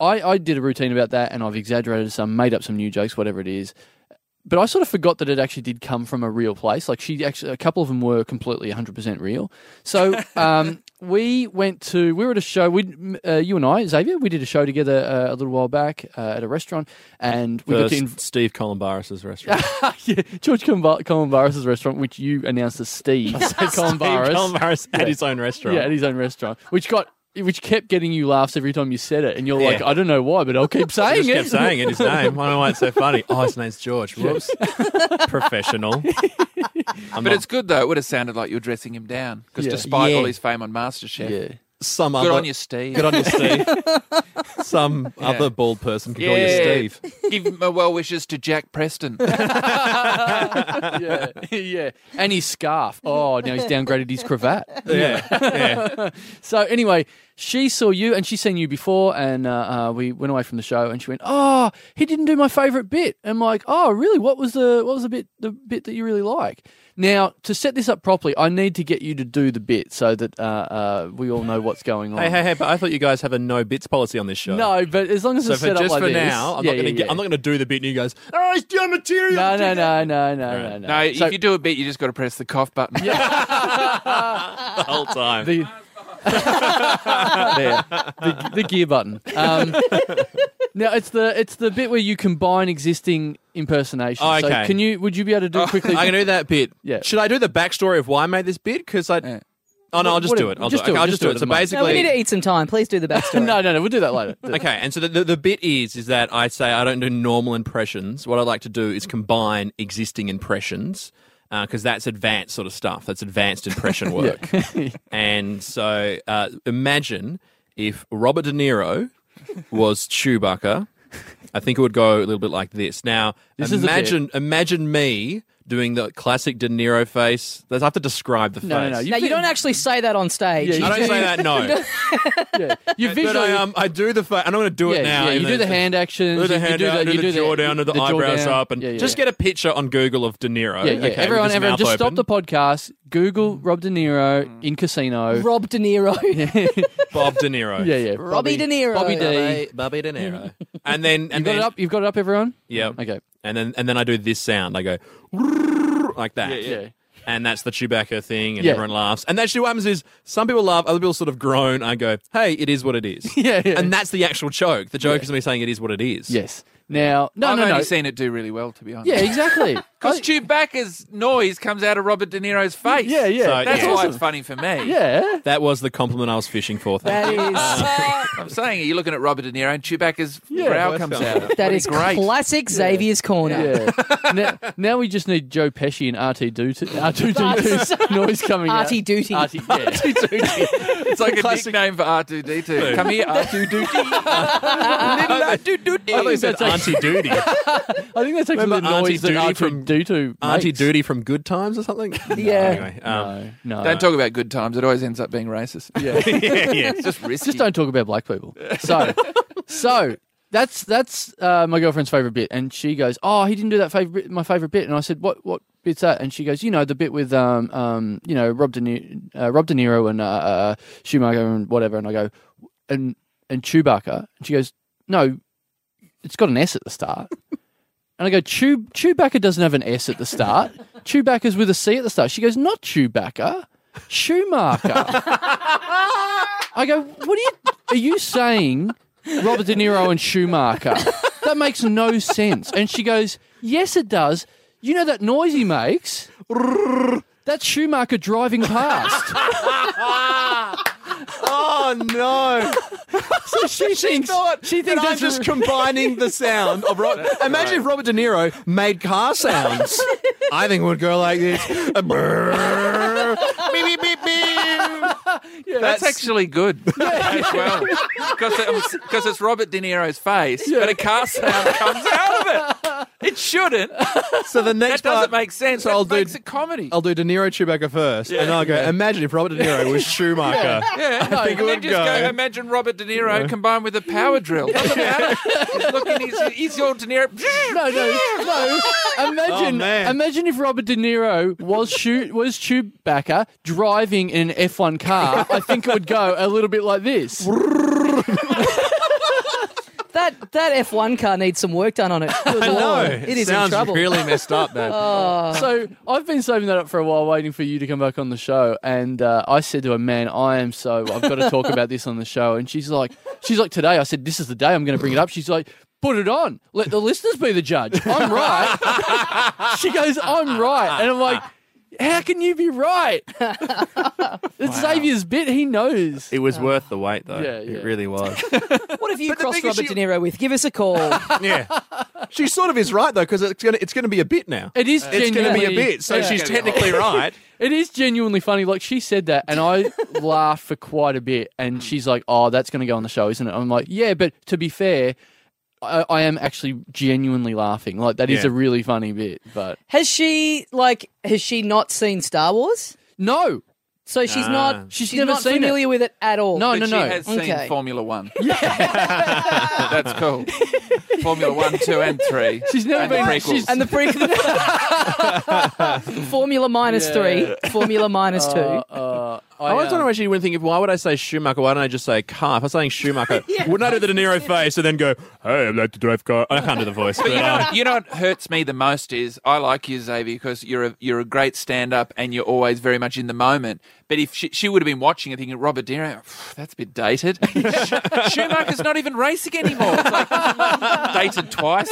[SPEAKER 2] I, I did a routine about that and I've exaggerated some, made up some new jokes, whatever it is. But I sort of forgot that it actually did come from a real place. Like she actually, a couple of them were completely 100% real. [laughs] So um, we went to, we were at a show. We, uh, you and I, Xavier, we did a show together uh, a little while back uh, at a restaurant, and we got
[SPEAKER 3] First,
[SPEAKER 2] to inv-
[SPEAKER 3] Steve Columbaris' restaurant.
[SPEAKER 2] [laughs]
[SPEAKER 3] [laughs]
[SPEAKER 2] yeah, George Columbar- Columbaris' restaurant, which you announced [laughs] as Steve
[SPEAKER 3] Steve
[SPEAKER 2] Columbaris.
[SPEAKER 3] Columbaris at his own restaurant.
[SPEAKER 2] Yeah, at his own restaurant, which got which kept getting you laughs every time you said it, and you're like,
[SPEAKER 3] Yeah.
[SPEAKER 2] I don't know why, but I'll keep
[SPEAKER 3] [laughs] I
[SPEAKER 2] saying
[SPEAKER 3] just kept
[SPEAKER 2] it. [laughs]
[SPEAKER 3] saying
[SPEAKER 4] [laughs]
[SPEAKER 3] it, his name. I don't know why it's so funny. Oh, his name's George. Whoops. Professional. I'm
[SPEAKER 4] But
[SPEAKER 3] not
[SPEAKER 4] it's good though. It would have sounded like you were dressing him down because
[SPEAKER 2] Yeah.
[SPEAKER 4] despite all
[SPEAKER 3] Yeah.
[SPEAKER 4] his fame on MasterChef,
[SPEAKER 2] Yeah,
[SPEAKER 3] some
[SPEAKER 4] good
[SPEAKER 3] other.
[SPEAKER 4] on you, Steve.
[SPEAKER 3] good on you,
[SPEAKER 4] [laughs]
[SPEAKER 3] Steve. some other bald person can call you
[SPEAKER 4] Yeah.
[SPEAKER 3] Steve.
[SPEAKER 4] Give my well wishes to Jack [laughs] Preston.
[SPEAKER 2] [laughs] yeah, yeah. And his scarf. Oh, now he's downgraded his cravat.
[SPEAKER 3] Yeah. yeah.
[SPEAKER 2] So anyway, she saw you, and she's seen you before, and uh, uh, we went away from the show, and she went, "Oh, he didn't do my favourite bit." I'm like, "Oh, really? What was the what was the bit the bit that you really like?" Now, to set this up properly, I need to get you to do the bit so that uh, uh, we all know what's going on.
[SPEAKER 3] Hey, hey, hey, but I thought you guys have a no bits policy on this show.
[SPEAKER 2] No, but as long as
[SPEAKER 3] So
[SPEAKER 2] it's
[SPEAKER 3] for
[SPEAKER 2] set
[SPEAKER 3] just
[SPEAKER 2] up like
[SPEAKER 3] for
[SPEAKER 2] this,
[SPEAKER 3] now, I'm
[SPEAKER 2] yeah,
[SPEAKER 3] not gonna
[SPEAKER 2] yeah,
[SPEAKER 3] get,
[SPEAKER 2] yeah.
[SPEAKER 3] I'm not gonna do the bit and you guys, oh it's your material.
[SPEAKER 2] No,
[SPEAKER 3] [laughs]
[SPEAKER 2] no, no, no, no, no, no.
[SPEAKER 4] No,
[SPEAKER 2] So-
[SPEAKER 4] if you do a bit, you just got to press the cough button. [laughs]
[SPEAKER 3] The whole time.
[SPEAKER 2] the, [laughs] there, the, the gear button. Um, [laughs] now it's the it's the bit where you combine existing impersonations.
[SPEAKER 3] Oh,
[SPEAKER 2] So
[SPEAKER 3] okay.
[SPEAKER 2] can you would you be able to do it quickly?
[SPEAKER 3] [laughs] I can do that bit.
[SPEAKER 2] Yeah.
[SPEAKER 3] Should I do the backstory of why I made this bit? Because I.
[SPEAKER 4] Yeah.
[SPEAKER 3] Oh no, I'll just do
[SPEAKER 2] Whatever.
[SPEAKER 3] it. I'll
[SPEAKER 2] Just
[SPEAKER 3] do,
[SPEAKER 2] do it.
[SPEAKER 3] okay, I'll just do it. So
[SPEAKER 2] at the moment.
[SPEAKER 3] basically,
[SPEAKER 1] No, we need to eat some time. Please do the backstory.
[SPEAKER 2] [laughs] no, no, no. We'll do that
[SPEAKER 3] [laughs]
[SPEAKER 2] later. Do-
[SPEAKER 3] Okay, and so the, the, the bit is is that I say I don't do normal impressions. What I like to do is combine existing impressions because that's advanced sort of stuff. That's
[SPEAKER 2] [laughs]
[SPEAKER 3] advanced impression work. and so uh, imagine if Robert De Niro was Chewbacca. I think it would go a little bit like this. Now,
[SPEAKER 2] This is the bit.
[SPEAKER 3] imagine imagine me doing the classic De Niro face. There's- I have to describe the face.
[SPEAKER 2] No, no, no.
[SPEAKER 1] Now, you don't actually say that on stage.
[SPEAKER 2] Yeah, you
[SPEAKER 3] I
[SPEAKER 2] [laughs]
[SPEAKER 3] don't say that. No,
[SPEAKER 2] Yeah. You
[SPEAKER 3] [laughs] but I,
[SPEAKER 2] visually.
[SPEAKER 3] um, I do the. Fa- I don't want to do
[SPEAKER 2] yeah,
[SPEAKER 3] it now.
[SPEAKER 2] yeah,
[SPEAKER 3] in
[SPEAKER 2] you do the hand actions.
[SPEAKER 3] do the
[SPEAKER 2] you,
[SPEAKER 3] hand
[SPEAKER 2] you do
[SPEAKER 3] out,
[SPEAKER 2] the,
[SPEAKER 3] do
[SPEAKER 2] you
[SPEAKER 3] the
[SPEAKER 2] do
[SPEAKER 3] jaw
[SPEAKER 2] the,
[SPEAKER 3] down, do the,
[SPEAKER 2] jaw
[SPEAKER 3] eyebrows
[SPEAKER 2] down.
[SPEAKER 3] up, and
[SPEAKER 2] Yeah, yeah,
[SPEAKER 3] just
[SPEAKER 2] yeah.
[SPEAKER 3] get a picture on Google of De
[SPEAKER 2] Yeah,
[SPEAKER 3] Niro.
[SPEAKER 2] yeah.
[SPEAKER 3] okay, with
[SPEAKER 2] everyone,
[SPEAKER 3] his
[SPEAKER 2] everyone,
[SPEAKER 3] mouth
[SPEAKER 2] just stop
[SPEAKER 3] open.
[SPEAKER 2] the podcast. Google Rob De Niro
[SPEAKER 1] Mm.
[SPEAKER 2] in casino.
[SPEAKER 1] Rob De Niro.
[SPEAKER 3] [laughs] Bob De Niro.
[SPEAKER 2] yeah, yeah.
[SPEAKER 1] Robbie De Niro.
[SPEAKER 2] Bobby D.
[SPEAKER 5] Bobby, Bobby De Niro.
[SPEAKER 3] [laughs] And then and
[SPEAKER 2] You've got
[SPEAKER 3] then
[SPEAKER 2] it up. You've got it up, everyone.
[SPEAKER 3] yeah.
[SPEAKER 2] Okay.
[SPEAKER 3] And then and then I do this sound. I go [laughs] like that.
[SPEAKER 2] yeah.
[SPEAKER 3] And that's the Chewbacca thing, and
[SPEAKER 2] Yeah.
[SPEAKER 3] everyone laughs. And actually, what happens is some people laugh, other people sort of groan. I go, "Hey, it is what it is."
[SPEAKER 2] [laughs] Yeah, yeah.
[SPEAKER 3] And that's the actual joke. The joke is me saying, "It is what it is."
[SPEAKER 2] Yes. Now, no,
[SPEAKER 4] I've
[SPEAKER 2] no,
[SPEAKER 4] only
[SPEAKER 2] no.
[SPEAKER 4] seen it do really well, to be honest. [laughs]
[SPEAKER 2] yeah,
[SPEAKER 3] [laughs]
[SPEAKER 2] exactly.
[SPEAKER 4] because
[SPEAKER 2] I-
[SPEAKER 4] Chewbacca's noise comes out of Robert De Niro's face.
[SPEAKER 2] Yeah, yeah.
[SPEAKER 3] So,
[SPEAKER 4] That's
[SPEAKER 3] yeah.
[SPEAKER 4] why
[SPEAKER 2] awesome.
[SPEAKER 4] it's funny for me.
[SPEAKER 2] [laughs] Yeah.
[SPEAKER 3] That was the compliment I was fishing for. Thank
[SPEAKER 1] That [laughs]
[SPEAKER 3] Ah.
[SPEAKER 1] is
[SPEAKER 4] [laughs] I'm saying it. You're looking at Robert De Niro, and Chewbacca's
[SPEAKER 2] Yeah,
[SPEAKER 4] brow
[SPEAKER 3] voice
[SPEAKER 4] comes
[SPEAKER 3] comes
[SPEAKER 4] out.
[SPEAKER 3] out.
[SPEAKER 1] that
[SPEAKER 4] Pretty
[SPEAKER 1] is
[SPEAKER 4] great.
[SPEAKER 1] classic Xavier's corner. [laughs]
[SPEAKER 2] Yeah. now, now we just need Joe Pesci and RT Duty
[SPEAKER 1] [laughs]
[SPEAKER 2] R2D2's [laughs] noise coming out.
[SPEAKER 1] Arty Duty.
[SPEAKER 2] RT,
[SPEAKER 3] [laughs]
[SPEAKER 2] yeah.
[SPEAKER 4] it's like a nickname for R2D2. Come here, R2D2.
[SPEAKER 3] I thought you said
[SPEAKER 2] That's actually-
[SPEAKER 3] Auntie
[SPEAKER 2] [laughs]
[SPEAKER 3] Duty.
[SPEAKER 2] I think that's actually
[SPEAKER 3] Remember
[SPEAKER 2] the noise
[SPEAKER 3] Auntie
[SPEAKER 2] that
[SPEAKER 3] Duty
[SPEAKER 2] RT
[SPEAKER 3] from-
[SPEAKER 2] Duty
[SPEAKER 3] Auntie
[SPEAKER 2] makes.
[SPEAKER 3] Duty from Good Times or something. No,
[SPEAKER 1] Yeah.
[SPEAKER 3] Anyway, um,
[SPEAKER 2] No, no.
[SPEAKER 4] Don't talk about good times. It always ends
[SPEAKER 3] [laughs]
[SPEAKER 4] up being racist.
[SPEAKER 2] Yeah.
[SPEAKER 4] [laughs]
[SPEAKER 3] yeah, yeah.
[SPEAKER 4] It's just risky.
[SPEAKER 2] just don't talk about black people. So, so That's that's uh, my girlfriend's favorite bit, and she goes, "Oh, he didn't do that favorite my favorite bit." And I said, "What what bit's that?" And she goes, "You know the bit with um um you know Rob De Niro, uh, Rob De Niro and uh, uh, Schumacher and whatever." And I go, "And and Chewbacca." And she goes, "No, it's got an S at the start." and I go, Chew- "Chewbacca doesn't have an S at the start. Chewbacca's with a C at the start." She goes, "Not Chewbacca, Schumacher." I go, what are you? Are you saying Robert De Niro and Schumacher? That makes no sense. And she goes, yes, it does. You know that noise he makes? That's Schumacher
[SPEAKER 5] [laughs]
[SPEAKER 2] driving past.
[SPEAKER 5] Oh no!
[SPEAKER 2] So she thinks she
[SPEAKER 5] Then
[SPEAKER 2] thinks
[SPEAKER 5] I'm
[SPEAKER 2] that's
[SPEAKER 5] just combining the sound of Rob. Imagine if Robert De Niro made car sounds. I think it would go like this. A brrrr. beep, beep, beep, beep.
[SPEAKER 4] That's, actually good as well. Because it's Robert De Niro's face, but a car sound comes out of it. It shouldn't.
[SPEAKER 5] So
[SPEAKER 3] [laughs]
[SPEAKER 5] the next
[SPEAKER 4] That
[SPEAKER 5] part-
[SPEAKER 4] doesn't make sense.
[SPEAKER 5] So
[SPEAKER 4] that
[SPEAKER 5] I'll do-
[SPEAKER 4] makes it comedy.
[SPEAKER 5] I'll do De Niro Chewbacca first, and I'll go. Imagine if Robert De Niro was Schumacher.
[SPEAKER 4] yeah,
[SPEAKER 5] I think it
[SPEAKER 4] and then
[SPEAKER 5] would
[SPEAKER 4] just go.
[SPEAKER 5] go.
[SPEAKER 4] Imagine Robert De Niro combined with a power drill. Doesn't matter. He's looking, he's, he's your De Niro.
[SPEAKER 2] No, no, no. Imagine,
[SPEAKER 5] Oh, man.
[SPEAKER 2] imagine if Robert De Niro was shoot was Chewbacca driving in an F1 car. I think it would go a little bit like this.
[SPEAKER 1] That that F1 car needs some work done on it. I
[SPEAKER 5] No,
[SPEAKER 1] Oh, it is in
[SPEAKER 5] sounds
[SPEAKER 1] trouble.
[SPEAKER 5] really messed up, man.
[SPEAKER 2] [laughs] So I've been saving that up for a while, waiting for you to come back on the show. And uh, I said to her, "Man, I am so I've got to talk about this on the show." And she's like, "She's like today." I said, "This is the day I'm going to bring it up." She's like, "Put it on. Let the listeners be the judge. I'm right." she goes, "I'm right," and I'm like. How can you be right? [laughs] it's Xavier's bit. He knows.
[SPEAKER 3] It was worth the wait, though.
[SPEAKER 2] Yeah, yeah.
[SPEAKER 3] It really was.
[SPEAKER 1] What have you
[SPEAKER 5] But the
[SPEAKER 1] crossed
[SPEAKER 5] thing is
[SPEAKER 1] Robert
[SPEAKER 5] she-
[SPEAKER 1] De Niro with? Give us a call.
[SPEAKER 5] yeah, [laughs] she sort of is right though, because it's gonna it's gonna be a bit now.
[SPEAKER 2] It is
[SPEAKER 5] It's going to
[SPEAKER 2] genuinely
[SPEAKER 5] be a bit. So
[SPEAKER 2] it's
[SPEAKER 5] she's
[SPEAKER 4] gonna be
[SPEAKER 5] technically right.
[SPEAKER 3] [laughs]
[SPEAKER 2] It is genuinely funny. Like she said that, and I laughed for quite a bit. And she's like, "Oh, that's going to go on the show, isn't it?" I'm like, "Yeah, but to be fair, I, I am actually genuinely laughing. Like that is
[SPEAKER 5] Yeah.
[SPEAKER 2] a really funny bit." But
[SPEAKER 1] Has she like? Has she not seen Star Wars?
[SPEAKER 2] no,
[SPEAKER 1] So she's
[SPEAKER 3] Nah.
[SPEAKER 1] not.
[SPEAKER 2] She's
[SPEAKER 1] she's
[SPEAKER 2] never
[SPEAKER 1] not
[SPEAKER 2] seen it.
[SPEAKER 1] familiar with it at all.
[SPEAKER 2] no,
[SPEAKER 4] But
[SPEAKER 2] no,
[SPEAKER 4] she
[SPEAKER 2] no.
[SPEAKER 4] has seen
[SPEAKER 1] Okay.
[SPEAKER 4] Formula One. That's cool. Formula One, two, and three.
[SPEAKER 2] She's never
[SPEAKER 4] And the
[SPEAKER 2] been.
[SPEAKER 4] prequels.
[SPEAKER 2] she's-
[SPEAKER 1] And the pre Formula minus
[SPEAKER 2] Yeah.
[SPEAKER 1] three, Formula minus two.
[SPEAKER 2] uh, uh, I,
[SPEAKER 3] I was
[SPEAKER 2] uh,
[SPEAKER 3] wondering why she wouldn't think, if, why would I say Schumacher? Why don't I just say car? If I was saying Schumacher,
[SPEAKER 5] [laughs]
[SPEAKER 3] wouldn't I do the De Niro face and then go, hey, I'd like to drive car? I can't do the voice.
[SPEAKER 4] But you
[SPEAKER 3] but,
[SPEAKER 4] know,
[SPEAKER 3] uh, [laughs]
[SPEAKER 4] what- you know what hurts me the most is I like you, Xavier, because you're a you're a great stand-up and you're always very much in the moment. But if she, she would have been watching and thinking, Robert De Niro, "Phew, [sighs] that's a bit dated. Sch- [laughs] Schumacher's not even racing anymore. It's like, [laughs] dated twice.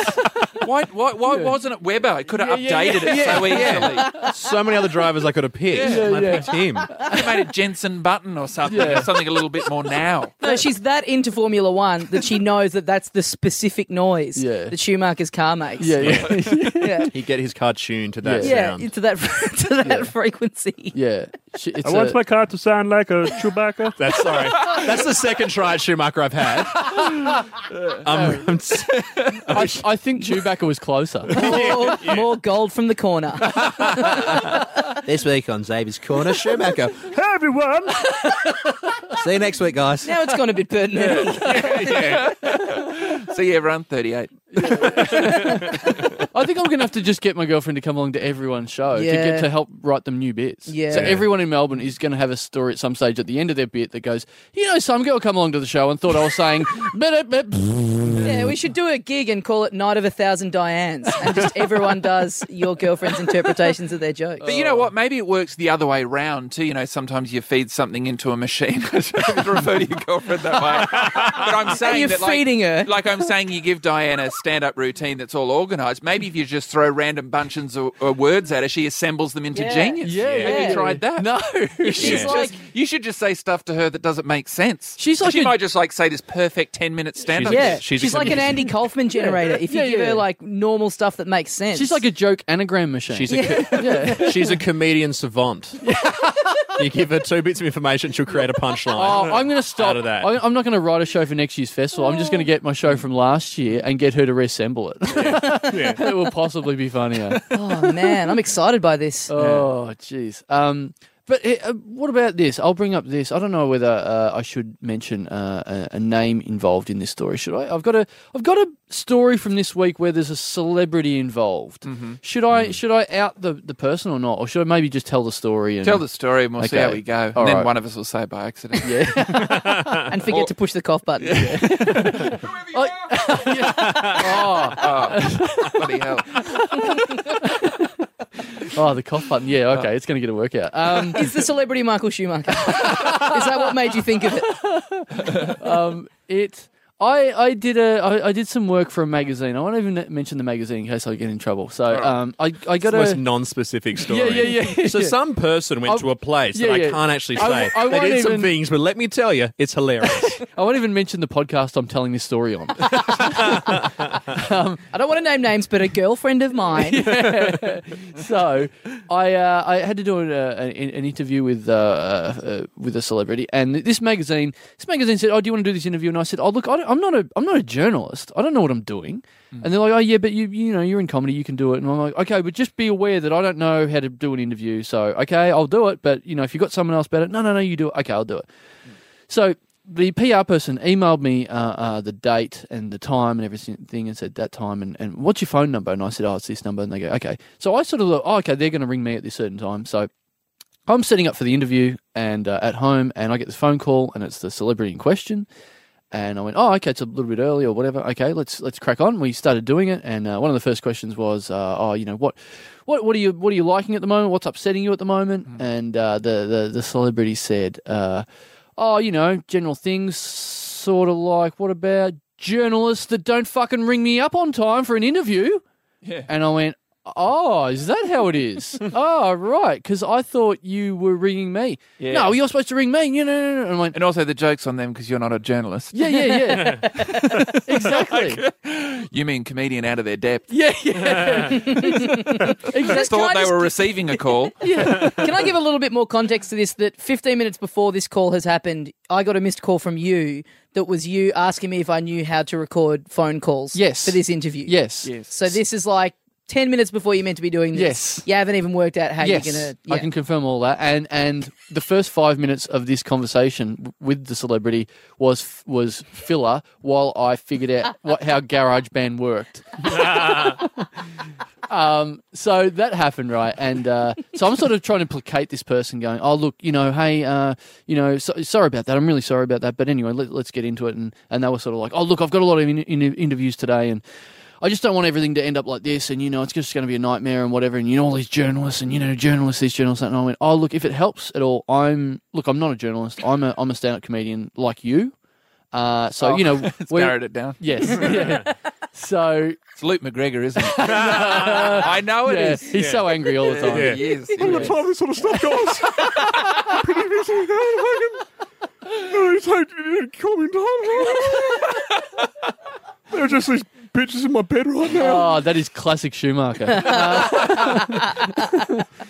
[SPEAKER 4] Why why, why wasn't it Weber? It could have
[SPEAKER 2] Yeah, yeah,
[SPEAKER 4] updated it so easily.
[SPEAKER 5] So many other drivers I could have picked.
[SPEAKER 2] Yeah,
[SPEAKER 5] I
[SPEAKER 2] yeah.
[SPEAKER 5] picked him.
[SPEAKER 4] He made it Jensen Button or something,
[SPEAKER 2] Yeah.
[SPEAKER 4] something a little bit more [laughs] now.
[SPEAKER 1] No, she's that into Formula One that she knows that that's the specific noise
[SPEAKER 2] Yeah.
[SPEAKER 1] that Schumacher's car makes.
[SPEAKER 2] yeah, yeah,
[SPEAKER 1] yeah,
[SPEAKER 3] [laughs] he'd get his car tuned to that
[SPEAKER 1] Yeah,
[SPEAKER 3] sound.
[SPEAKER 1] to that [laughs] to that frequency.
[SPEAKER 2] [laughs] yeah. She, it's
[SPEAKER 6] I want
[SPEAKER 2] a-
[SPEAKER 6] my car to sound like a Chewbacca.
[SPEAKER 3] That's sorry. That's the second try at Schumacher I've [laughs] had. Um, I'm, I'm s-
[SPEAKER 2] I, I think Chewbacca was closer.
[SPEAKER 1] More,
[SPEAKER 2] [laughs]
[SPEAKER 1] more gold from the corner.
[SPEAKER 5] This week on Xavier's Corner, Schumacher.
[SPEAKER 6] hey everyone!
[SPEAKER 5] See you next week, guys.
[SPEAKER 1] [laughs] now it's gone a bit pertinent.
[SPEAKER 4] [laughs] See everyone, thirty-eight.
[SPEAKER 2] I think I'm gonna have to just get my girlfriend to come along to everyone's show to
[SPEAKER 1] Yeah.
[SPEAKER 2] get to help write them new bits.
[SPEAKER 1] Yeah.
[SPEAKER 2] So
[SPEAKER 1] Yeah.
[SPEAKER 2] everyone in Melbourne is gonna have a story at some stage at the end of their bit that goes, you know, some girl come along to the show and thought I
[SPEAKER 1] [laughs]
[SPEAKER 2] was saying, but it- but
[SPEAKER 4] Mm.
[SPEAKER 1] Yeah, we should do a gig and call it Night of a Thousand Dianes, and just everyone does your girlfriend's interpretations of their jokes.
[SPEAKER 4] But you know what? Maybe it works the other way round too. You know, sometimes you feed something into a machine. [laughs] I shouldn't refer to your girlfriend that way. But I'm saying
[SPEAKER 1] and you're
[SPEAKER 4] that, like-
[SPEAKER 1] feeding her.
[SPEAKER 4] Like I'm saying, you give Diane a stand-up routine that's all organised. Maybe if you just throw random bunches of, of words at her, she assembles them
[SPEAKER 1] [laughs]
[SPEAKER 4] into
[SPEAKER 1] Yeah.
[SPEAKER 4] genius.
[SPEAKER 2] yeah,
[SPEAKER 4] Have you tried that?
[SPEAKER 2] No.
[SPEAKER 1] She's
[SPEAKER 4] Just-
[SPEAKER 1] like,
[SPEAKER 4] you should just say stuff to her that doesn't make sense.
[SPEAKER 2] She's like
[SPEAKER 4] she
[SPEAKER 2] a-
[SPEAKER 4] might just like say this perfect ten-minute stand-up.
[SPEAKER 1] yeah, she's,
[SPEAKER 3] she's
[SPEAKER 1] like an
[SPEAKER 3] accepted.
[SPEAKER 1] Andy Kaufman generator. If you
[SPEAKER 2] Yeah,
[SPEAKER 1] give
[SPEAKER 2] yeah.
[SPEAKER 1] her like normal stuff that makes sense,
[SPEAKER 2] She's like a joke anagram machine.
[SPEAKER 3] she's, a, co- she's a comedian savant. you give her two bits of information, she'll create a punchline.
[SPEAKER 2] Oh, I'm going to stop.
[SPEAKER 3] Out of that.
[SPEAKER 2] I, I'm not going to write a show for next year's festival. I'm just going to get my show from last year and get her to reassemble it. [laughs] it will possibly be funnier. [laughs]
[SPEAKER 1] oh man, I'm excited by this.
[SPEAKER 2] Oh, jeez. Um, But uh, what about this? I'll bring up this. I don't know whether uh, I should mention uh, a, a name involved in this story. Should I? I've got a I've got a story from this week where there's a celebrity involved.
[SPEAKER 3] Mm.
[SPEAKER 4] Mm-hmm.
[SPEAKER 2] Should I should I out the, the person or not, or should I maybe just tell the story? And,
[SPEAKER 4] Tell the story and we'll see how
[SPEAKER 2] Okay.
[SPEAKER 4] we go. And
[SPEAKER 2] All
[SPEAKER 4] then
[SPEAKER 2] right.
[SPEAKER 4] one of us will say by accident.
[SPEAKER 2] [laughs] Yeah.
[SPEAKER 1] and forget to push the cough button.
[SPEAKER 4] oh, oh, [laughs] bloody hell.
[SPEAKER 2] oh, the cough button. Yeah. Okay. It's going to get a workout. Um,
[SPEAKER 1] Is the celebrity Michael Schumacher? [laughs] Is that what made you think of it?
[SPEAKER 2] It. I, I did a I, I did some work for a magazine. I won't even mention the magazine in case I get in trouble. So um, I I
[SPEAKER 3] It's
[SPEAKER 2] got
[SPEAKER 3] the most
[SPEAKER 2] a
[SPEAKER 3] non-specific story.
[SPEAKER 2] yeah, yeah,
[SPEAKER 3] So
[SPEAKER 2] yeah.
[SPEAKER 3] some person went
[SPEAKER 2] I-
[SPEAKER 3] to a place
[SPEAKER 2] yeah,
[SPEAKER 3] that
[SPEAKER 2] yeah.
[SPEAKER 3] I can't actually
[SPEAKER 2] I-
[SPEAKER 3] say.
[SPEAKER 2] I
[SPEAKER 3] they
[SPEAKER 2] won't
[SPEAKER 3] did some
[SPEAKER 2] even-
[SPEAKER 3] things, but let me tell you, it's hilarious.
[SPEAKER 2] I won't even mention the podcast I'm telling this story on. [laughs]
[SPEAKER 1] I don't want to name names, but a girlfriend of
[SPEAKER 2] [laughs]
[SPEAKER 1] mine.
[SPEAKER 2] so I uh, I had to do an, uh, an, an interview with uh, uh, with a celebrity, and this magazine this magazine said, "Oh, do you want to do this interview?" And I said, "Oh, look, I don't- I'm not a I'm not a journalist. I don't know what I'm doing." And they're like, "Oh, yeah, but you you know you're in comedy, you can do it." And I'm like, "Okay, but just be aware that I don't know how to do an interview. So okay, I'll do it, but you know if you have got someone else better, no, no, no, you do it. Okay, I'll do it." So the PR person emailed me uh, uh, the date and the time and everything and said that time and, and what's your phone number? And I said, oh, it's this number. And they go, okay. So I sort of thought, oh, okay, they're going to ring me at this certain time. So I'm setting up for the interview and uh, at home and I get this phone call and it's the celebrity in question. And I went, oh, okay, it's a little bit early or whatever. Okay, let's let's crack on. We started doing it, and uh, one of the first questions was, uh, oh, you know what, what what are you what are you liking at the moment? What's upsetting you at the moment? And uh, the, the the celebrity said, uh, oh, you know, general things, sort of like, what about journalists that don't fucking ring me up on time for an interview? Yeah. And I went, oh, is that how it is? oh, right, because I thought you were ringing me. No, you're supposed to ring me. You know, no, no. And I went,
[SPEAKER 4] And also the joke's on them because you're not a journalist.
[SPEAKER 2] yeah, yeah, [laughs] yeah. exactly.
[SPEAKER 4] You mean comedian out of their depth.
[SPEAKER 2] Yeah, yeah. exactly.
[SPEAKER 4] Thought
[SPEAKER 1] I
[SPEAKER 4] they
[SPEAKER 1] just-
[SPEAKER 4] were receiving a call.
[SPEAKER 1] Can I give a little bit more context to this? That 15 minutes before this call has happened, I got a missed call from you that was you asking me if I knew how to record phone calls
[SPEAKER 2] Yes.
[SPEAKER 1] for this interview.
[SPEAKER 2] Yes.
[SPEAKER 1] So this is like 10 minutes before you're meant to be doing this.
[SPEAKER 2] Yes.
[SPEAKER 1] You haven't even worked out how
[SPEAKER 2] Yes,
[SPEAKER 1] you're going to.
[SPEAKER 2] I can confirm all that. And and the first five minutes of this conversation w- with the celebrity was was filler while I figured out what how GarageBand worked. um, so that happened, right? And uh, so I'm sort of trying to placate this person, going, "Oh, look, you know, hey, uh, you know, so, sorry about that. I'm really sorry about that. But anyway, let, let's get into it." And and they were sort of like, "Oh, look, I've got a lot of in, in, interviews today, and." I just don't want everything to end up like this, and you know, it's just going to be a nightmare and whatever. And you know, all these journalists, and you know, journalists, these journalists. And I went, oh look, if it helps at all, I'm look, I'm not a journalist. I'm a I'm a stand up comedian like you. Uh, so
[SPEAKER 4] Oh,
[SPEAKER 2] you know,
[SPEAKER 4] [laughs] It's
[SPEAKER 2] we're-
[SPEAKER 4] narrowed it down.
[SPEAKER 2] yes, [laughs] yeah.
[SPEAKER 4] [laughs]
[SPEAKER 2] So
[SPEAKER 4] It's Luke McGregor, isn't it? [laughs] I know Oh, it
[SPEAKER 2] yeah,
[SPEAKER 4] is.
[SPEAKER 2] he's so angry all the time.
[SPEAKER 3] Yeah.
[SPEAKER 4] He is.
[SPEAKER 6] I'm not
[SPEAKER 4] He
[SPEAKER 6] part of this sort of stuff, guys. I'm pretty busy. I can- No, it's like, you didn't call me in time. There are just these bitches in my bed right now.
[SPEAKER 4] [laughs]
[SPEAKER 2] Oh, that is classic Schumacher. Uh,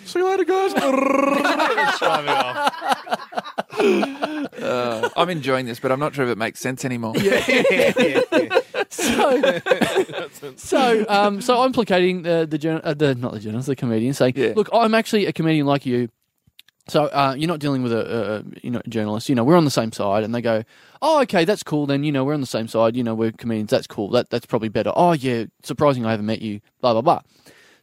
[SPEAKER 6] See you
[SPEAKER 3] [laughs]
[SPEAKER 6] later, guys.
[SPEAKER 4] Uh, I'm enjoying this, but I'm not sure if it makes sense anymore. [laughs]
[SPEAKER 2] so, so, um, so I'm placating the the, journa- uh, the not the journalist, the comedian, saying,
[SPEAKER 4] Yeah.
[SPEAKER 2] "Look, I'm actually a comedian like you. So uh, you're not dealing with a, a you know journalist. You know we're on the same side." And they go, "Oh, okay, that's cool. Then you know we're on the same side. You know we're comedians. That's cool. That that's probably better. Oh yeah, surprising I haven't met you. Blah blah blah."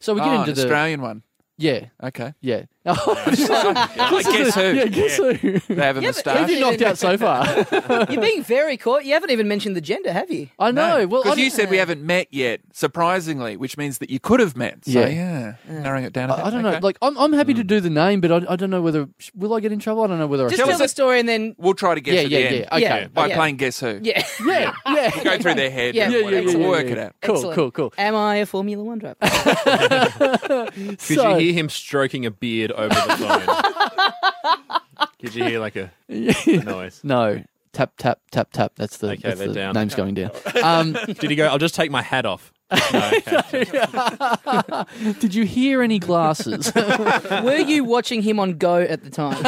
[SPEAKER 2] So we get
[SPEAKER 4] oh,
[SPEAKER 2] into
[SPEAKER 4] an
[SPEAKER 2] the
[SPEAKER 4] Australian one.
[SPEAKER 2] yeah
[SPEAKER 4] Okay.
[SPEAKER 2] yeah. [laughs] I
[SPEAKER 4] guess who?
[SPEAKER 2] Yeah, guess who? [laughs]
[SPEAKER 4] They have
[SPEAKER 1] Yeah,
[SPEAKER 4] a
[SPEAKER 1] but-
[SPEAKER 4] moustache.
[SPEAKER 2] You're knocked out so far.
[SPEAKER 1] yeah. You're being very caught. You haven't even mentioned the gender, have you?
[SPEAKER 2] I know. Well, I
[SPEAKER 4] because you
[SPEAKER 2] didn't-
[SPEAKER 4] said we haven't met yet, surprisingly, which means that you could have met. So,
[SPEAKER 2] Yeah.
[SPEAKER 4] yeah, narrowing it down. A bit.
[SPEAKER 2] I, I don't know.
[SPEAKER 4] Okay.
[SPEAKER 2] Like, I'm, I'm
[SPEAKER 4] Mm.
[SPEAKER 2] happy to do the name, but I, I don't know whether will I get in trouble. I don't know whether
[SPEAKER 1] Just
[SPEAKER 2] I
[SPEAKER 1] tell,
[SPEAKER 4] us
[SPEAKER 1] the
[SPEAKER 4] a-
[SPEAKER 1] story and then.
[SPEAKER 4] we'll try to guess
[SPEAKER 2] Yeah,
[SPEAKER 4] at
[SPEAKER 2] yeah,
[SPEAKER 4] the
[SPEAKER 2] yeah.
[SPEAKER 4] end
[SPEAKER 2] Okay.
[SPEAKER 1] Yeah.
[SPEAKER 4] by playing guess who.
[SPEAKER 1] Yeah. [laughs]
[SPEAKER 2] Yeah,
[SPEAKER 4] [laughs]
[SPEAKER 2] [laughs] yeah.
[SPEAKER 4] Go through their head.
[SPEAKER 1] Yeah.
[SPEAKER 4] and
[SPEAKER 1] Yeah, yeah,
[SPEAKER 4] whatever.
[SPEAKER 1] yeah,
[SPEAKER 4] We'll
[SPEAKER 1] yeah,
[SPEAKER 4] work
[SPEAKER 2] yeah.
[SPEAKER 4] it out.
[SPEAKER 2] Cool,
[SPEAKER 1] Excellent.
[SPEAKER 2] cool, cool.
[SPEAKER 1] Am I a Formula One
[SPEAKER 2] [laughs]
[SPEAKER 1] driver?
[SPEAKER 3] Could
[SPEAKER 2] So-
[SPEAKER 3] you hear him stroking a beard over the phone? Could you hear like a noise?
[SPEAKER 2] No, tap tap tap tap. That's the,
[SPEAKER 3] Okay,
[SPEAKER 2] that's
[SPEAKER 3] they're
[SPEAKER 2] the
[SPEAKER 3] down.
[SPEAKER 2] name's going
[SPEAKER 4] [laughs]
[SPEAKER 2] down. Um,
[SPEAKER 3] Did he go? I'll just take my hat off. No, okay.
[SPEAKER 2] did you hear any
[SPEAKER 4] [laughs]
[SPEAKER 2] glasses? [laughs]
[SPEAKER 1] Were you watching him on Go at the time?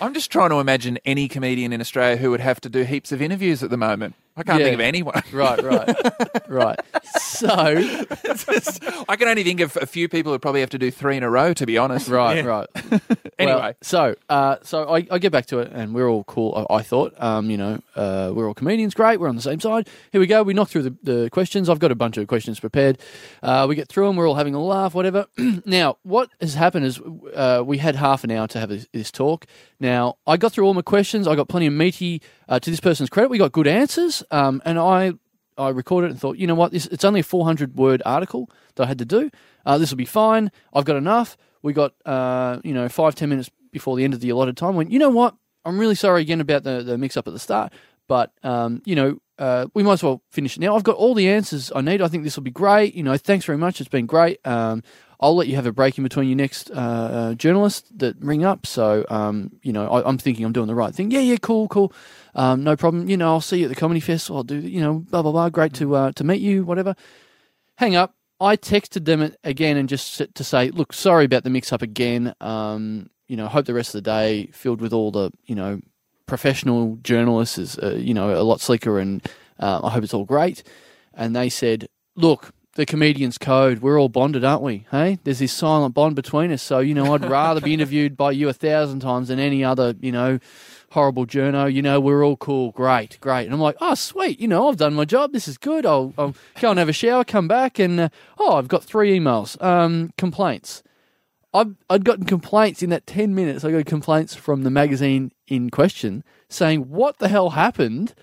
[SPEAKER 4] I'm just trying to imagine any comedian in Australia who would have to do heaps of interviews at the moment. I can't
[SPEAKER 2] Yeah.
[SPEAKER 4] think of anyone. [laughs]
[SPEAKER 2] Right, right, right. So,
[SPEAKER 4] I can only think of a few people who probably have to do three in a row, to be honest.
[SPEAKER 2] right, right. Well,
[SPEAKER 4] Anyway,
[SPEAKER 2] so uh, so I, I get back to it, and we're all cool. I, I thought, um, you know, uh, we're all comedians, great. We're on the same side. Here we go. We knock through the, the questions. I've got a bunch of questions prepared. Uh, we get through them. We're all having a laugh, whatever. [clears throat] now, what has happened is uh, we had half an hour to have this, this talk. Now, I got through all my questions. I got plenty of meaty. Uh, to this person's credit, we got good answers, um, and I I recorded it and thought, you know what, this, it's only a 400 word article that I had to do. Uh, this will be fine. I've got enough. We got, uh, you know, five, 10 minutes before the end of the allotted time. Went, you know what, I'm really sorry again about the, the mix up at the start, but, um, you know, uh, we might as well finish it now. I've got all the answers I need. I think this will be great. You know, thanks very much. It's been great. Um, I'll let you have a break in between your next uh, uh, journalist that ring up. So, um, you know, I, I'm thinking I'm doing the right thing. Yeah, yeah, cool, cool. Um, no problem. You know, I'll see you at the comedy festival. I'll do, you know, blah, blah, blah. Great to, uh, to meet you, whatever. Hang up. I texted them a- again and just s- to say, look, sorry about the mix up again. Um, you know, hope the rest of the day filled with all the, you know, professional journalists is, uh, you know, a lot slicker and uh, I hope it's all great. And they said, look, the comedian's code, we're all bonded, aren't we? Hey, there's this silent bond between us. So, you know, I'd rather be interviewed by you a thousand times than any other, you know, horrible journo. You know, we're all cool. Great, great. And I'm like, oh, sweet. You know, I've done my job. This is good. I'll, I'll go and have a shower, come back, and uh, oh, I've got three emails, um, complaints. I've, I'd gotten complaints in that 10 minutes. I got complaints from the magazine in question saying, What the hell
[SPEAKER 4] [laughs]
[SPEAKER 2] happened?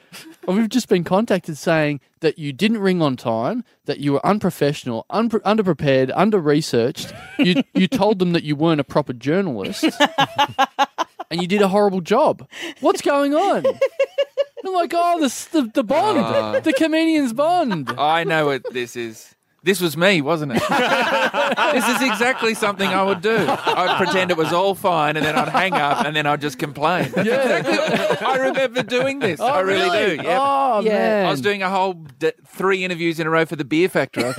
[SPEAKER 2] and we've just been contacted saying that you didn't ring on time, that you were unprofessional, unpre- underprepared, under researched. You, you told them that you weren't a proper
[SPEAKER 4] [laughs]
[SPEAKER 2] journalist and you did a horrible job. What's going
[SPEAKER 4] [laughs]
[SPEAKER 2] on? I'm like, oh, this, the, the bond, the comedian's bond.
[SPEAKER 4] I know what this is. This was me, wasn't
[SPEAKER 2] [laughs]
[SPEAKER 4] it? this is exactly something I would do. I'd pretend it was all fine and then I'd hang up and then I'd just complain. That's exactly what- I remember doing this. I really, do. Yep.
[SPEAKER 2] Oh,
[SPEAKER 1] Yeah.
[SPEAKER 2] man.
[SPEAKER 4] I was doing a whole d- three interviews in a row for the beer factory, I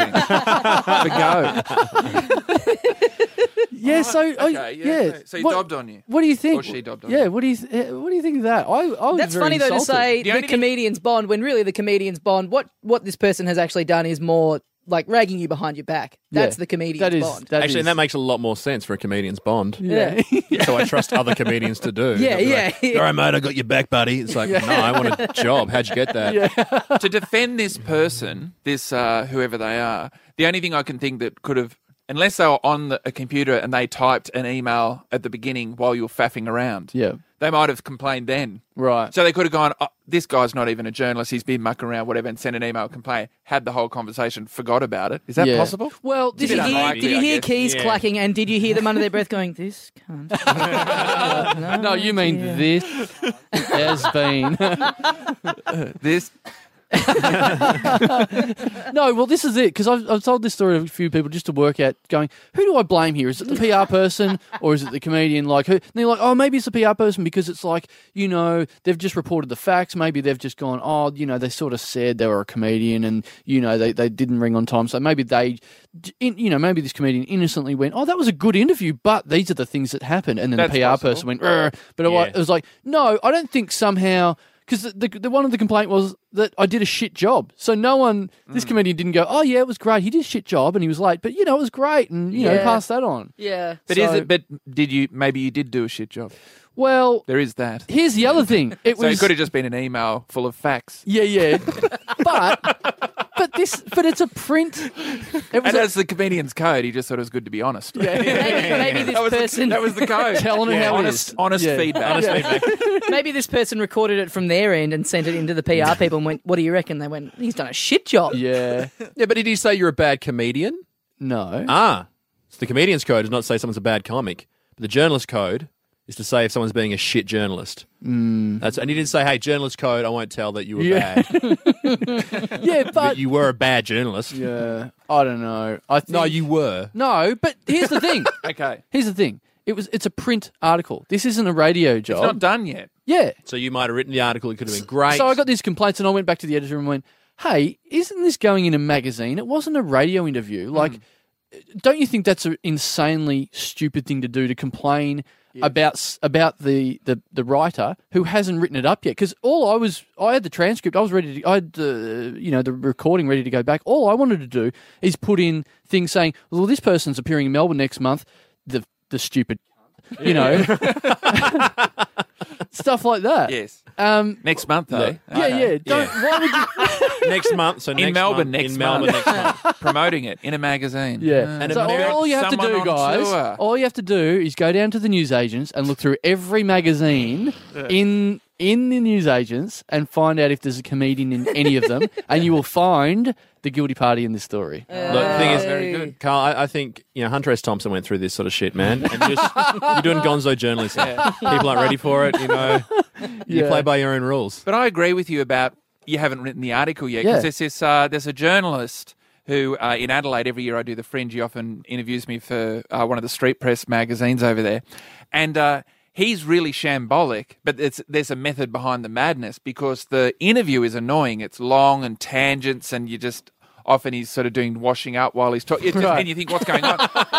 [SPEAKER 2] [laughs]
[SPEAKER 4] think. for go. [laughs]
[SPEAKER 2] Yeah, so I-
[SPEAKER 4] Okay, yeah,
[SPEAKER 2] Oh, yeah.
[SPEAKER 4] okay. So he
[SPEAKER 2] What-
[SPEAKER 4] dobbed on you.
[SPEAKER 2] What do you think?
[SPEAKER 4] Or she dobbed on
[SPEAKER 2] Yeah,
[SPEAKER 4] you.
[SPEAKER 2] what do you th- eh, what do you think of that? I, I was
[SPEAKER 1] That's
[SPEAKER 2] very
[SPEAKER 1] funny though to
[SPEAKER 2] insulted.
[SPEAKER 1] say
[SPEAKER 4] The
[SPEAKER 1] the,
[SPEAKER 4] only thing-
[SPEAKER 1] comedian's bond when really the comedian's bond. What what this person has actually done is more like ragging you behind your back. That's
[SPEAKER 2] Yeah.
[SPEAKER 1] the comedian's
[SPEAKER 2] that is
[SPEAKER 1] bond.
[SPEAKER 2] that
[SPEAKER 3] Actually,
[SPEAKER 2] is-
[SPEAKER 3] and that makes a lot more sense for a comedian's bond.
[SPEAKER 1] yeah.
[SPEAKER 3] So I trust other comedians to do.
[SPEAKER 1] Yeah,
[SPEAKER 3] They'll be
[SPEAKER 1] yeah,
[SPEAKER 3] Like,
[SPEAKER 1] yeah.
[SPEAKER 3] All right, mate, I got your back, buddy. It's like, no, I want a job. How'd you get that?
[SPEAKER 4] to defend this person, this uh, whoever they are, the only thing I can think that could have, unless they were on the, a computer and they typed an email at the beginning while you were faffing around,
[SPEAKER 2] [laughs] yeah,
[SPEAKER 4] they might have complained then.
[SPEAKER 2] right.
[SPEAKER 4] So they could have gone, oh, this guy's not even a journalist. He's been mucking around, whatever, and sent an email complaint, had the whole conversation, forgot about it. Is that
[SPEAKER 2] Yeah.
[SPEAKER 4] possible?
[SPEAKER 1] Well, did
[SPEAKER 4] bit
[SPEAKER 1] you hear,
[SPEAKER 4] unlikely,
[SPEAKER 1] did you
[SPEAKER 4] I
[SPEAKER 1] hear
[SPEAKER 4] guess.
[SPEAKER 1] keys
[SPEAKER 3] Yeah.
[SPEAKER 1] clacking and did you hear them under their breath going, This cunt.
[SPEAKER 2] [laughs]
[SPEAKER 1] [laughs] no,
[SPEAKER 2] no, you mean
[SPEAKER 1] idea."
[SPEAKER 2] this has been
[SPEAKER 4] This
[SPEAKER 2] [laughs] no. Well, this is it because I've, I've told this story to a few people just to work out. Going, who do I blame here? Is it the PR person or is it the comedian? Like, who? And they're like, oh, maybe it's the PR person because it's like you know they've just reported the facts. Maybe they've just gone, oh, you know, they sort of said they were a comedian and you know they, they didn't ring on time, so maybe they, in, you know, maybe this comedian innocently went, oh, that was a good interview, but these are the things that happened, and then
[SPEAKER 4] That's
[SPEAKER 2] the PR
[SPEAKER 4] possible.
[SPEAKER 2] person went, "Rrr," but it wa-
[SPEAKER 3] Yeah.
[SPEAKER 2] it was like, no, I don't think somehow because the, the, the one of the complaint was that I did a shit job. So no one, this comedian didn't go, oh yeah, it was great. He did a shit job and he was late, but you know it was great, and you know
[SPEAKER 1] Yeah.
[SPEAKER 2] pass that on.
[SPEAKER 1] Yeah.
[SPEAKER 4] but
[SPEAKER 2] So-
[SPEAKER 4] is it but did you maybe you did do a shit job.
[SPEAKER 2] Well,
[SPEAKER 4] There is that.
[SPEAKER 2] here's the other thing. It
[SPEAKER 4] So
[SPEAKER 2] was
[SPEAKER 4] it could have just been an email full of facts.
[SPEAKER 2] yeah, yeah, but but this but it's a print. It was
[SPEAKER 4] And
[SPEAKER 2] a- [laughs]
[SPEAKER 4] as the comedian's code, he just thought it was good to be
[SPEAKER 1] [laughs]
[SPEAKER 4] honest.
[SPEAKER 1] Maybe,
[SPEAKER 2] [laughs]
[SPEAKER 1] maybe this
[SPEAKER 4] That was,
[SPEAKER 1] person
[SPEAKER 4] the, that was the [laughs] code.
[SPEAKER 2] Telling it how it
[SPEAKER 4] honest,
[SPEAKER 2] is.
[SPEAKER 4] honest
[SPEAKER 2] Yeah.
[SPEAKER 4] feedback.
[SPEAKER 1] [laughs] maybe this person recorded it from their end and sent it into the PR people and went, What do you reckon? They went, He's done a shit job.
[SPEAKER 2] yeah,
[SPEAKER 3] Yeah, but did he say you're a bad comedian?
[SPEAKER 2] no,
[SPEAKER 3] Ah, so the comedian's code does not say someone's a bad comic. But the journalist code is to say if someone's being a shit journalist. Mm. That's and he didn't say, "Hey, journalist code, I won't tell that you were
[SPEAKER 2] Yeah.
[SPEAKER 3] bad,
[SPEAKER 2] yeah, but
[SPEAKER 3] but you were a bad journalist."
[SPEAKER 2] yeah, I don't know. I think,
[SPEAKER 3] No, you were.
[SPEAKER 2] no, but here's the thing.
[SPEAKER 4] Okay.
[SPEAKER 2] Here's the thing. It was it's a print article. This isn't a radio job.
[SPEAKER 4] It's not done yet.
[SPEAKER 2] yeah.
[SPEAKER 3] So you might have written the article. It could have been great.
[SPEAKER 2] So I got these complaints, and I went back to the editor and went, "Hey, isn't this going in a magazine? It wasn't a radio interview. Like, don't you think that's an insanely stupid thing to do to complain about s- about the, the the writer who hasn't written it up yet? Because all I was, I had the transcript, I was ready to, I had the you know the recording ready to go back. All I wanted to do is put in things saying, well, this person's appearing in Melbourne next month. The the stupid, cunt, you know, [laughs] stuff like that.
[SPEAKER 4] Yes.
[SPEAKER 2] Um,
[SPEAKER 4] Next month, though.
[SPEAKER 2] yeah, yeah. Don't. Why would you?
[SPEAKER 3] [laughs] next month. So next month,
[SPEAKER 4] Melbourne next
[SPEAKER 3] in Melbourne
[SPEAKER 4] month.
[SPEAKER 3] next
[SPEAKER 4] [laughs]
[SPEAKER 3] month.
[SPEAKER 4] Promoting it in a magazine.
[SPEAKER 2] Yeah.
[SPEAKER 3] And
[SPEAKER 2] so
[SPEAKER 3] it merits
[SPEAKER 2] all you have to
[SPEAKER 4] someone
[SPEAKER 2] do,
[SPEAKER 4] on
[SPEAKER 2] guys,
[SPEAKER 4] tour.
[SPEAKER 2] all you have to do is go down to the newsagents and look through every magazine in in the newsagents and find out if there's a comedian in any of them, and you will find the guilty party in this story.
[SPEAKER 3] Look, the thing is,
[SPEAKER 1] Very good.
[SPEAKER 3] Carl, I, I think you know Hunter S. Thompson went through this sort of shit, man. And you're, just, you're doing gonzo journalism. People aren't ready for it. You know, you
[SPEAKER 2] Yeah.
[SPEAKER 3] play by your own rules.
[SPEAKER 4] But I agree with you about you haven't written the article yet because
[SPEAKER 2] Yeah.
[SPEAKER 4] there's this uh, there's a journalist who uh, in Adelaide every year I do the Fringe. He often interviews me for uh, one of the street press magazines over there, and uh, he's really shambolic. But it's, there's a method behind the madness because the interview is annoying. It's long and tangents, and you just. Often he's sort of doing washing up while he's talking, [laughs] and you think, "What's going on?"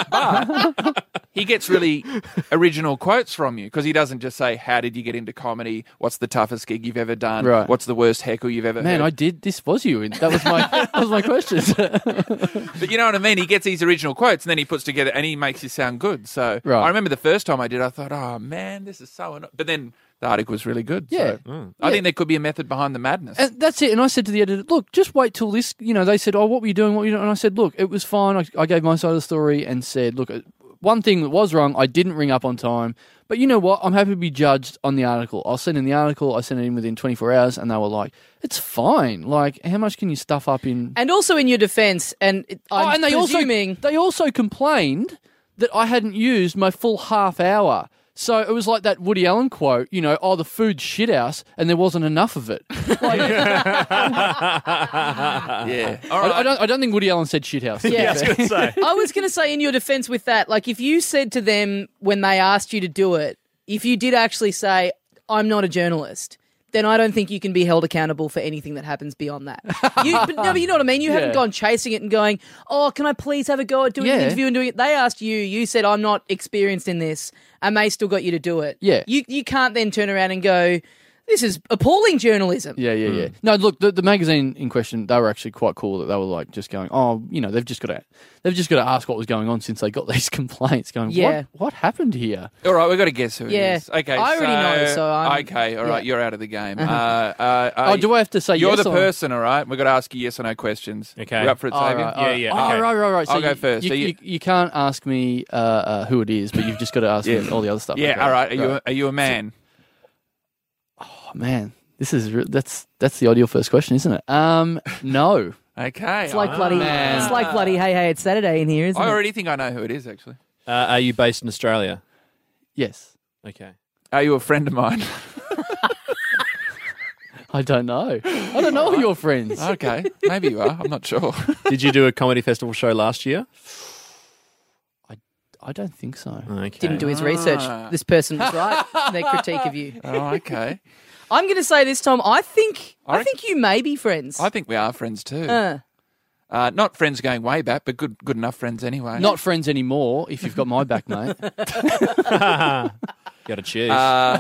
[SPEAKER 4] he gets really original quotes from you because he doesn't just say, "How did you get into comedy? What's the toughest gig you've ever done?
[SPEAKER 2] Right.
[SPEAKER 4] What's the worst heckle you've ever?"
[SPEAKER 2] Man,
[SPEAKER 4] heard?
[SPEAKER 2] I did. This was you. and That was my that was my question.
[SPEAKER 4] But you know what I mean? He gets these original quotes and then he puts together and he makes you sound good. So
[SPEAKER 2] Right.
[SPEAKER 4] I remember the first time I did, I thought, oh man, this is so. Anno-. But then the article was really good.
[SPEAKER 2] Yeah.
[SPEAKER 4] So
[SPEAKER 3] Mm.
[SPEAKER 4] I think there could be a method behind the madness.
[SPEAKER 2] And that's it. And I said to the editor, look, just wait till this. You know, they said, oh, what were you doing? What were you doing? And I said, look, it was fine. I, I gave my side of the story and said, look, uh, one thing that was wrong, I didn't ring up on time. But you know what? I'm happy to be judged on the article. I'll send in the article. I sent it in within 24 hours. And they were like, it's fine. Like, how much can you stuff up in.
[SPEAKER 1] And also in your defense, and it- I'm
[SPEAKER 2] Oh, and they
[SPEAKER 1] presuming.
[SPEAKER 2] also, they also complained that I hadn't used my full half hour. So it was like that Woody Allen quote, you know, oh, the food's shithouse, and there wasn't enough of it. Like,
[SPEAKER 4] yeah. Uh, [laughs] All
[SPEAKER 2] I,
[SPEAKER 4] right.
[SPEAKER 2] I don't. I don't think Woody Allen said shithouse.
[SPEAKER 1] [laughs] Yeah.
[SPEAKER 3] I was going to say.
[SPEAKER 1] I was going to say, in your defense with that, like if you said to them when they asked you to do it, if you did actually say, I'm not a journalist, then I don't think you can be held accountable for anything that happens beyond that. You, but, no, but you know what I mean? You haven't
[SPEAKER 2] [laughs] Yeah.
[SPEAKER 1] gone chasing it and going, oh, can I please have a go at doing an
[SPEAKER 2] Yeah.
[SPEAKER 1] interview and doing it? They asked you, you said, I'm not experienced in this, and they still got you to do it.
[SPEAKER 2] Yeah.
[SPEAKER 1] You, you can't then turn around and go, this is appalling journalism.
[SPEAKER 2] Yeah, yeah, yeah. No, look, the, the magazine in question, they were actually quite cool. That they were like just going, oh, you know, they've just got to, they've just got to ask what was going on since they got [laughs] these complaints. Going,
[SPEAKER 1] Yeah.
[SPEAKER 2] what, what happened here?
[SPEAKER 4] All right, we've got to guess who
[SPEAKER 1] Yeah.
[SPEAKER 4] it is. Okay,
[SPEAKER 1] I already know, so I'm-
[SPEAKER 4] okay, all right,
[SPEAKER 1] yeah.
[SPEAKER 4] you're out of
[SPEAKER 1] [laughs]
[SPEAKER 4] the game. Uh, uh, uh,
[SPEAKER 2] Oh, do I have to say
[SPEAKER 4] You're
[SPEAKER 2] yes
[SPEAKER 4] the
[SPEAKER 2] or-
[SPEAKER 4] person, all right? We've got to ask you yes or no questions.
[SPEAKER 3] Okay.
[SPEAKER 4] You up for it,
[SPEAKER 2] right,
[SPEAKER 4] Xavier?
[SPEAKER 3] Yeah,
[SPEAKER 2] all right.
[SPEAKER 3] yeah,
[SPEAKER 2] Oh,
[SPEAKER 3] okay.
[SPEAKER 2] right, right, right. So
[SPEAKER 4] I'll go
[SPEAKER 2] you-
[SPEAKER 4] first.
[SPEAKER 2] You,
[SPEAKER 4] So you-
[SPEAKER 2] you- you can't ask me uh, uh, who it is, but you've just got to ask me all the other stuff.
[SPEAKER 4] Yeah,
[SPEAKER 2] Okay.
[SPEAKER 4] all right. Are you, are you a man?
[SPEAKER 2] Oh, man, this is re- that's that's the ideal first question, isn't it?
[SPEAKER 4] [laughs]
[SPEAKER 2] Um, no.
[SPEAKER 4] Okay.
[SPEAKER 1] It's like bloody,
[SPEAKER 2] man.
[SPEAKER 1] it's like bloody, hey, hey, it's Saturday in here, isn't
[SPEAKER 4] I
[SPEAKER 1] it?
[SPEAKER 4] already think I know who it is, actually.
[SPEAKER 3] [laughs] Uh, are you based in Australia?
[SPEAKER 2] yes,
[SPEAKER 3] Okay.
[SPEAKER 4] Are you a friend of mine?
[SPEAKER 2] I don't know. I don't know all your
[SPEAKER 4] [laughs]
[SPEAKER 2] friends.
[SPEAKER 4] [laughs] okay, maybe you are. I'm not sure.
[SPEAKER 3] Did you do a comedy festival show last year?
[SPEAKER 2] I don't think so.
[SPEAKER 3] Okay.
[SPEAKER 1] didn't
[SPEAKER 3] [laughs]
[SPEAKER 1] do his research.
[SPEAKER 4] Ah.
[SPEAKER 1] This person was right. in Their critique of you.
[SPEAKER 4] [laughs] Oh, okay.
[SPEAKER 1] I'm going to say this, Tom. I think
[SPEAKER 4] I
[SPEAKER 1] I,
[SPEAKER 4] reckon-
[SPEAKER 1] think you may be friends.
[SPEAKER 4] I think we are friends too.
[SPEAKER 1] Uh,
[SPEAKER 4] Uh, not friends going way back, but good, good enough friends anyway.
[SPEAKER 2] Not friends anymore. If you've got my back, mate.
[SPEAKER 3] Got to choose.
[SPEAKER 4] [laughs] Uh,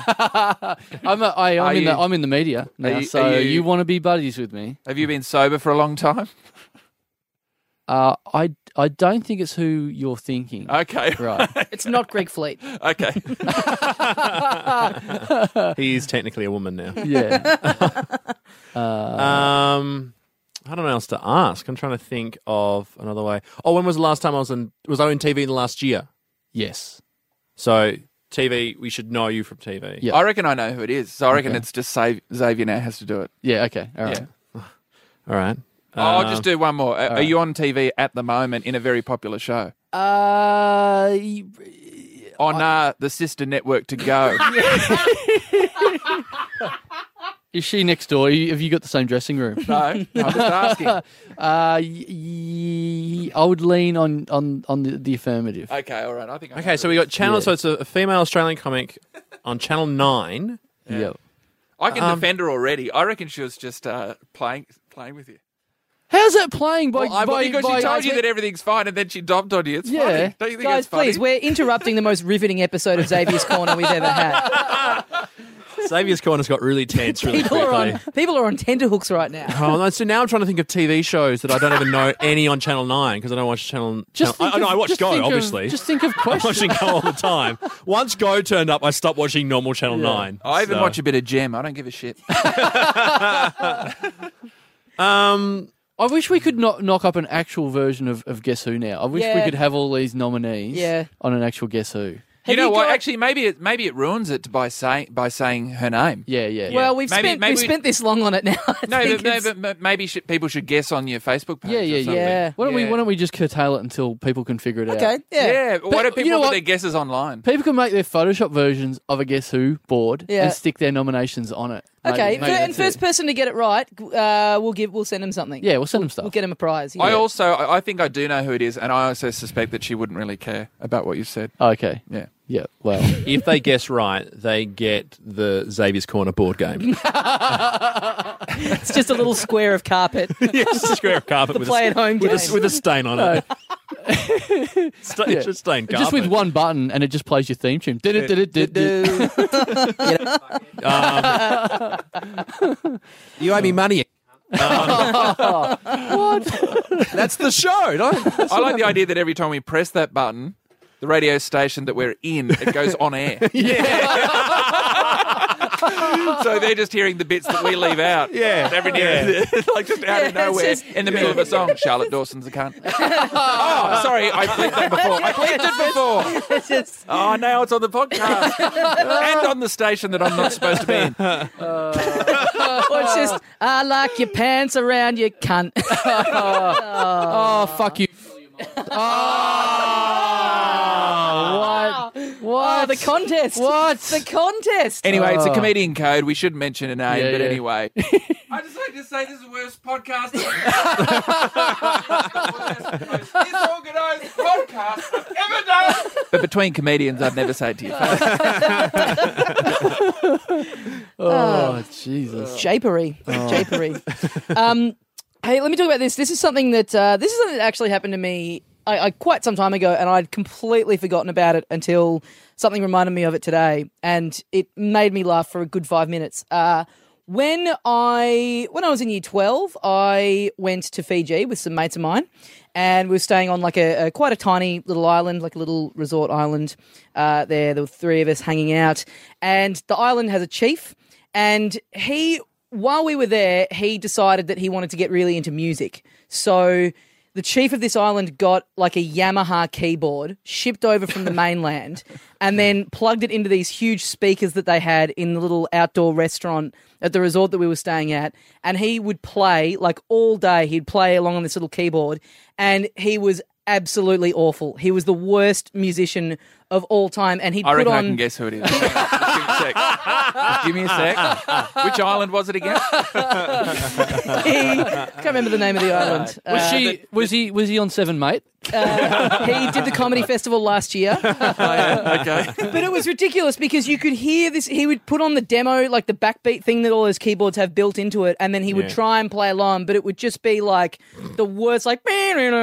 [SPEAKER 2] I'm a, I, I'm
[SPEAKER 4] Are
[SPEAKER 2] in the
[SPEAKER 4] you-
[SPEAKER 2] I'm in the media now,
[SPEAKER 4] you-
[SPEAKER 2] so
[SPEAKER 4] are
[SPEAKER 2] you,
[SPEAKER 4] you-
[SPEAKER 2] want to be buddies with me?
[SPEAKER 4] have you been sober for a long time? [laughs]
[SPEAKER 2] Uh, I I don't think it's who you're thinking.
[SPEAKER 4] Okay,
[SPEAKER 2] right.
[SPEAKER 1] it's not Greg Fleet.
[SPEAKER 4] [laughs] okay.
[SPEAKER 3] he is technically a woman now.
[SPEAKER 2] Yeah. [laughs] Uh,
[SPEAKER 3] Um, I don't know what else to ask. I'm trying to think of another way. Oh, when was the last time I was on? Was I on TV in the last year?
[SPEAKER 2] yes.
[SPEAKER 3] So TV, we should know you from TV.
[SPEAKER 2] Yeah.
[SPEAKER 4] I reckon I know who it is. So I reckon it's just Xav- Xavier now has to do it.
[SPEAKER 2] Yeah. Okay. All right.
[SPEAKER 4] Yeah.
[SPEAKER 3] All right.
[SPEAKER 4] Oh, I'll
[SPEAKER 3] Um,
[SPEAKER 4] just do one more. Are, are you on TV at the moment in a very popular show
[SPEAKER 2] Uh, y-
[SPEAKER 4] on uh, the sister network
[SPEAKER 1] [laughs]
[SPEAKER 4] to go?
[SPEAKER 2] is she next door? You- Have you got the same dressing room?
[SPEAKER 4] No, I'm
[SPEAKER 1] [laughs]
[SPEAKER 4] just asking.
[SPEAKER 2] [laughs] Uh, y- y- I would lean on on on the, the affirmative.
[SPEAKER 4] Okay, all right. I think. I know
[SPEAKER 3] Um, Okay,
[SPEAKER 4] who
[SPEAKER 3] so
[SPEAKER 4] it
[SPEAKER 3] we
[SPEAKER 4] is.
[SPEAKER 3] got channel.
[SPEAKER 2] Yeah.
[SPEAKER 3] So it's a, a female Australian comic on Channel Nine.
[SPEAKER 2] Yeah. Um,
[SPEAKER 4] I can defend her already. I reckon she was just uh, playing playing with you.
[SPEAKER 2] How's that playing by?
[SPEAKER 4] Well, I,
[SPEAKER 2] by
[SPEAKER 4] because
[SPEAKER 2] by-
[SPEAKER 4] she told you that everything's fine, and then she dumped on you. It's
[SPEAKER 2] Yeah.
[SPEAKER 4] funny. Don't you think
[SPEAKER 1] Guys,
[SPEAKER 4] it's funny?
[SPEAKER 1] please, we're interrupting the most riveting episode of Xavier's Corner we've ever
[SPEAKER 4] [laughs]
[SPEAKER 1] had.
[SPEAKER 3] Xavier's corner's got really tense really
[SPEAKER 1] People are
[SPEAKER 3] quickly.
[SPEAKER 1] on, people are on tenterhooks right now.
[SPEAKER 3] Oh, no, so now I'm trying to think of TV shows that I don't even know any on Channel 9 because I don't watch Channel.
[SPEAKER 2] Just
[SPEAKER 3] channel,
[SPEAKER 2] think
[SPEAKER 3] I, no,
[SPEAKER 2] of-
[SPEAKER 3] I watch
[SPEAKER 2] just
[SPEAKER 3] Go,
[SPEAKER 2] think of-
[SPEAKER 3] obviously.
[SPEAKER 2] just think
[SPEAKER 4] [laughs]
[SPEAKER 2] of
[SPEAKER 3] [laughs] I'm
[SPEAKER 2] questions.
[SPEAKER 3] watching Go all the time. Once Go turned up, I stopped watching normal Channel 9.
[SPEAKER 4] I even
[SPEAKER 3] so.
[SPEAKER 4] watch a bit of Gem. I don't give
[SPEAKER 2] [laughs]
[SPEAKER 4] a shit.
[SPEAKER 3] Um,
[SPEAKER 2] I wish we could not knock up an actual version of, of Guess Who now. I wish we
[SPEAKER 1] Yeah.
[SPEAKER 2] could have all these nominees
[SPEAKER 1] Yeah.
[SPEAKER 2] on an actual Guess Who.
[SPEAKER 4] you
[SPEAKER 1] Have
[SPEAKER 4] know
[SPEAKER 1] you
[SPEAKER 4] what?
[SPEAKER 1] got-
[SPEAKER 4] Actually, maybe it maybe it ruins it by saying by saying her name.
[SPEAKER 2] Yeah, yeah.
[SPEAKER 1] Well, we've
[SPEAKER 4] Maybe-
[SPEAKER 1] spent
[SPEAKER 4] maybe
[SPEAKER 1] we've
[SPEAKER 4] we-
[SPEAKER 1] spent this long on it now. [laughs] I
[SPEAKER 4] No,
[SPEAKER 1] think
[SPEAKER 4] but, no,
[SPEAKER 1] it's-
[SPEAKER 4] but ma- maybe should, people should guess on your Facebook page.
[SPEAKER 2] yeah,
[SPEAKER 4] or
[SPEAKER 2] yeah,
[SPEAKER 4] something.
[SPEAKER 1] yeah.
[SPEAKER 2] Why don't we
[SPEAKER 4] Yeah.
[SPEAKER 2] Why don't we just curtail it until people can figure it out?
[SPEAKER 1] [laughs] okay, yeah.
[SPEAKER 4] Yeah, why
[SPEAKER 2] But
[SPEAKER 4] do
[SPEAKER 2] you
[SPEAKER 4] people
[SPEAKER 2] know
[SPEAKER 4] put
[SPEAKER 2] what?
[SPEAKER 4] their guesses online?
[SPEAKER 2] People can make their Photoshop versions of a Guess Who board
[SPEAKER 1] Yeah.
[SPEAKER 2] and stick their nominations on it. Maybe-
[SPEAKER 1] Okay,
[SPEAKER 2] maybe
[SPEAKER 1] and
[SPEAKER 2] that's
[SPEAKER 1] first
[SPEAKER 2] it.
[SPEAKER 1] person to get it right, uh, we'll give we'll send him something.
[SPEAKER 2] Yeah, we'll send them stuff.
[SPEAKER 1] we'll get him a prize. yeah.
[SPEAKER 4] I also, I I think I do know who it is, and I also suspect that she wouldn't really care about what you said.
[SPEAKER 2] Oh, okay.
[SPEAKER 4] Yeah.
[SPEAKER 2] Yeah.
[SPEAKER 5] [laughs]
[SPEAKER 2] Well.
[SPEAKER 3] if they guess right, they get the Xavier's Corner
[SPEAKER 2] [laughs]
[SPEAKER 3] board game. [laughs]
[SPEAKER 1] it's just a little square of
[SPEAKER 4] [laughs]
[SPEAKER 1] carpet.
[SPEAKER 3] yes, a square of carpet with,
[SPEAKER 1] play
[SPEAKER 3] a,
[SPEAKER 1] at home
[SPEAKER 3] with,
[SPEAKER 1] game.
[SPEAKER 3] a, with a stain
[SPEAKER 2] [laughs]
[SPEAKER 3] on it. [laughs] Sta-
[SPEAKER 2] Yeah.
[SPEAKER 3] It's just stained carpet.
[SPEAKER 2] Just with one button, and it just plays your theme tune. Did it? Did it? Did it?
[SPEAKER 3] Um,
[SPEAKER 5] You owe me
[SPEAKER 3] [laughs]
[SPEAKER 5] money.
[SPEAKER 2] What?
[SPEAKER 5] That's the show.
[SPEAKER 2] [laughs]
[SPEAKER 5] Don't,
[SPEAKER 4] I like the idea that every time we press that button, the radio station that we're in, it goes on air. [laughs] yeah. so they're just hearing the bits that we leave [laughs] out.
[SPEAKER 5] Yeah.
[SPEAKER 4] Every now and [laughs] like just out
[SPEAKER 1] Yeah,
[SPEAKER 4] of
[SPEAKER 1] it's
[SPEAKER 4] nowhere,
[SPEAKER 1] just-
[SPEAKER 4] in the middle of a song, [laughs] Charlotte Dawson's a cunt. [laughs] oh, sorry, I clicked that before. I clicked it before.
[SPEAKER 1] [laughs] It's just-
[SPEAKER 4] Oh, now it's on the [laughs] podcast and on the station that I'm not supposed to be in.
[SPEAKER 1] or it's just I like your pants around your cunt. [laughs]
[SPEAKER 2] Oh, fuck you.
[SPEAKER 1] Wow.
[SPEAKER 2] Oh, what? What?
[SPEAKER 1] Oh, the contest.
[SPEAKER 2] What?
[SPEAKER 1] The contest.
[SPEAKER 4] Anyway, it's a
[SPEAKER 2] Oh.
[SPEAKER 4] comedian code. We should mention a name,
[SPEAKER 2] Yeah,
[SPEAKER 4] but
[SPEAKER 2] yeah.
[SPEAKER 4] anyway.
[SPEAKER 1] [laughs]
[SPEAKER 4] I just like to say this is the worst [laughs] podcast. disorganized podcast I've ever done. But between comedians, I'd never say it
[SPEAKER 1] [laughs]
[SPEAKER 4] to you.
[SPEAKER 2] oh, Jesus.
[SPEAKER 1] Japery. Japery. um, hey, let me talk about this. This is something that uh, this is something that actually happened to me I, I quite some time ago, and I'd completely forgotten about it until something reminded me of it today, and it made me laugh for a good five minutes. Uh, when I when I was in year twelve, I went to Fiji with some mates of mine, and we were staying on like a, a quite a tiny little island, like a little resort island. Uh, there, there were three of us hanging out, and the island has a chief, and he while we were there, he decided that he wanted to get really into music. So the chief of this island got like a Yamaha keyboard shipped over from the
[SPEAKER 4] [laughs]
[SPEAKER 1] mainland and then plugged it into these huge speakers that they had in the little outdoor restaurant at the resort that we were staying at. And he would play like all day, he'd play along on this little keyboard and he was absolutely awful. He was the worst musician of all time and he'd
[SPEAKER 4] I
[SPEAKER 1] put
[SPEAKER 4] reckon
[SPEAKER 1] on
[SPEAKER 4] I can guess who it is. Just give me a sec. Give me a sec. Which island was it again?
[SPEAKER 1] [laughs]
[SPEAKER 4] Oh,
[SPEAKER 1] he, can't remember the name of the
[SPEAKER 4] [laughs]
[SPEAKER 1] island.
[SPEAKER 2] Was
[SPEAKER 1] Uh,
[SPEAKER 2] she? Was he? Was he on Seven, mate?
[SPEAKER 1] Uh, he did the comedy festival last year,
[SPEAKER 4] okay.
[SPEAKER 1] but it was ridiculous because you could hear this. He would put on the demo, like the backbeat thing that all those keyboards have built into it, and then he would
[SPEAKER 3] Yeah.
[SPEAKER 1] try and play along, but it would just be like the words, like, and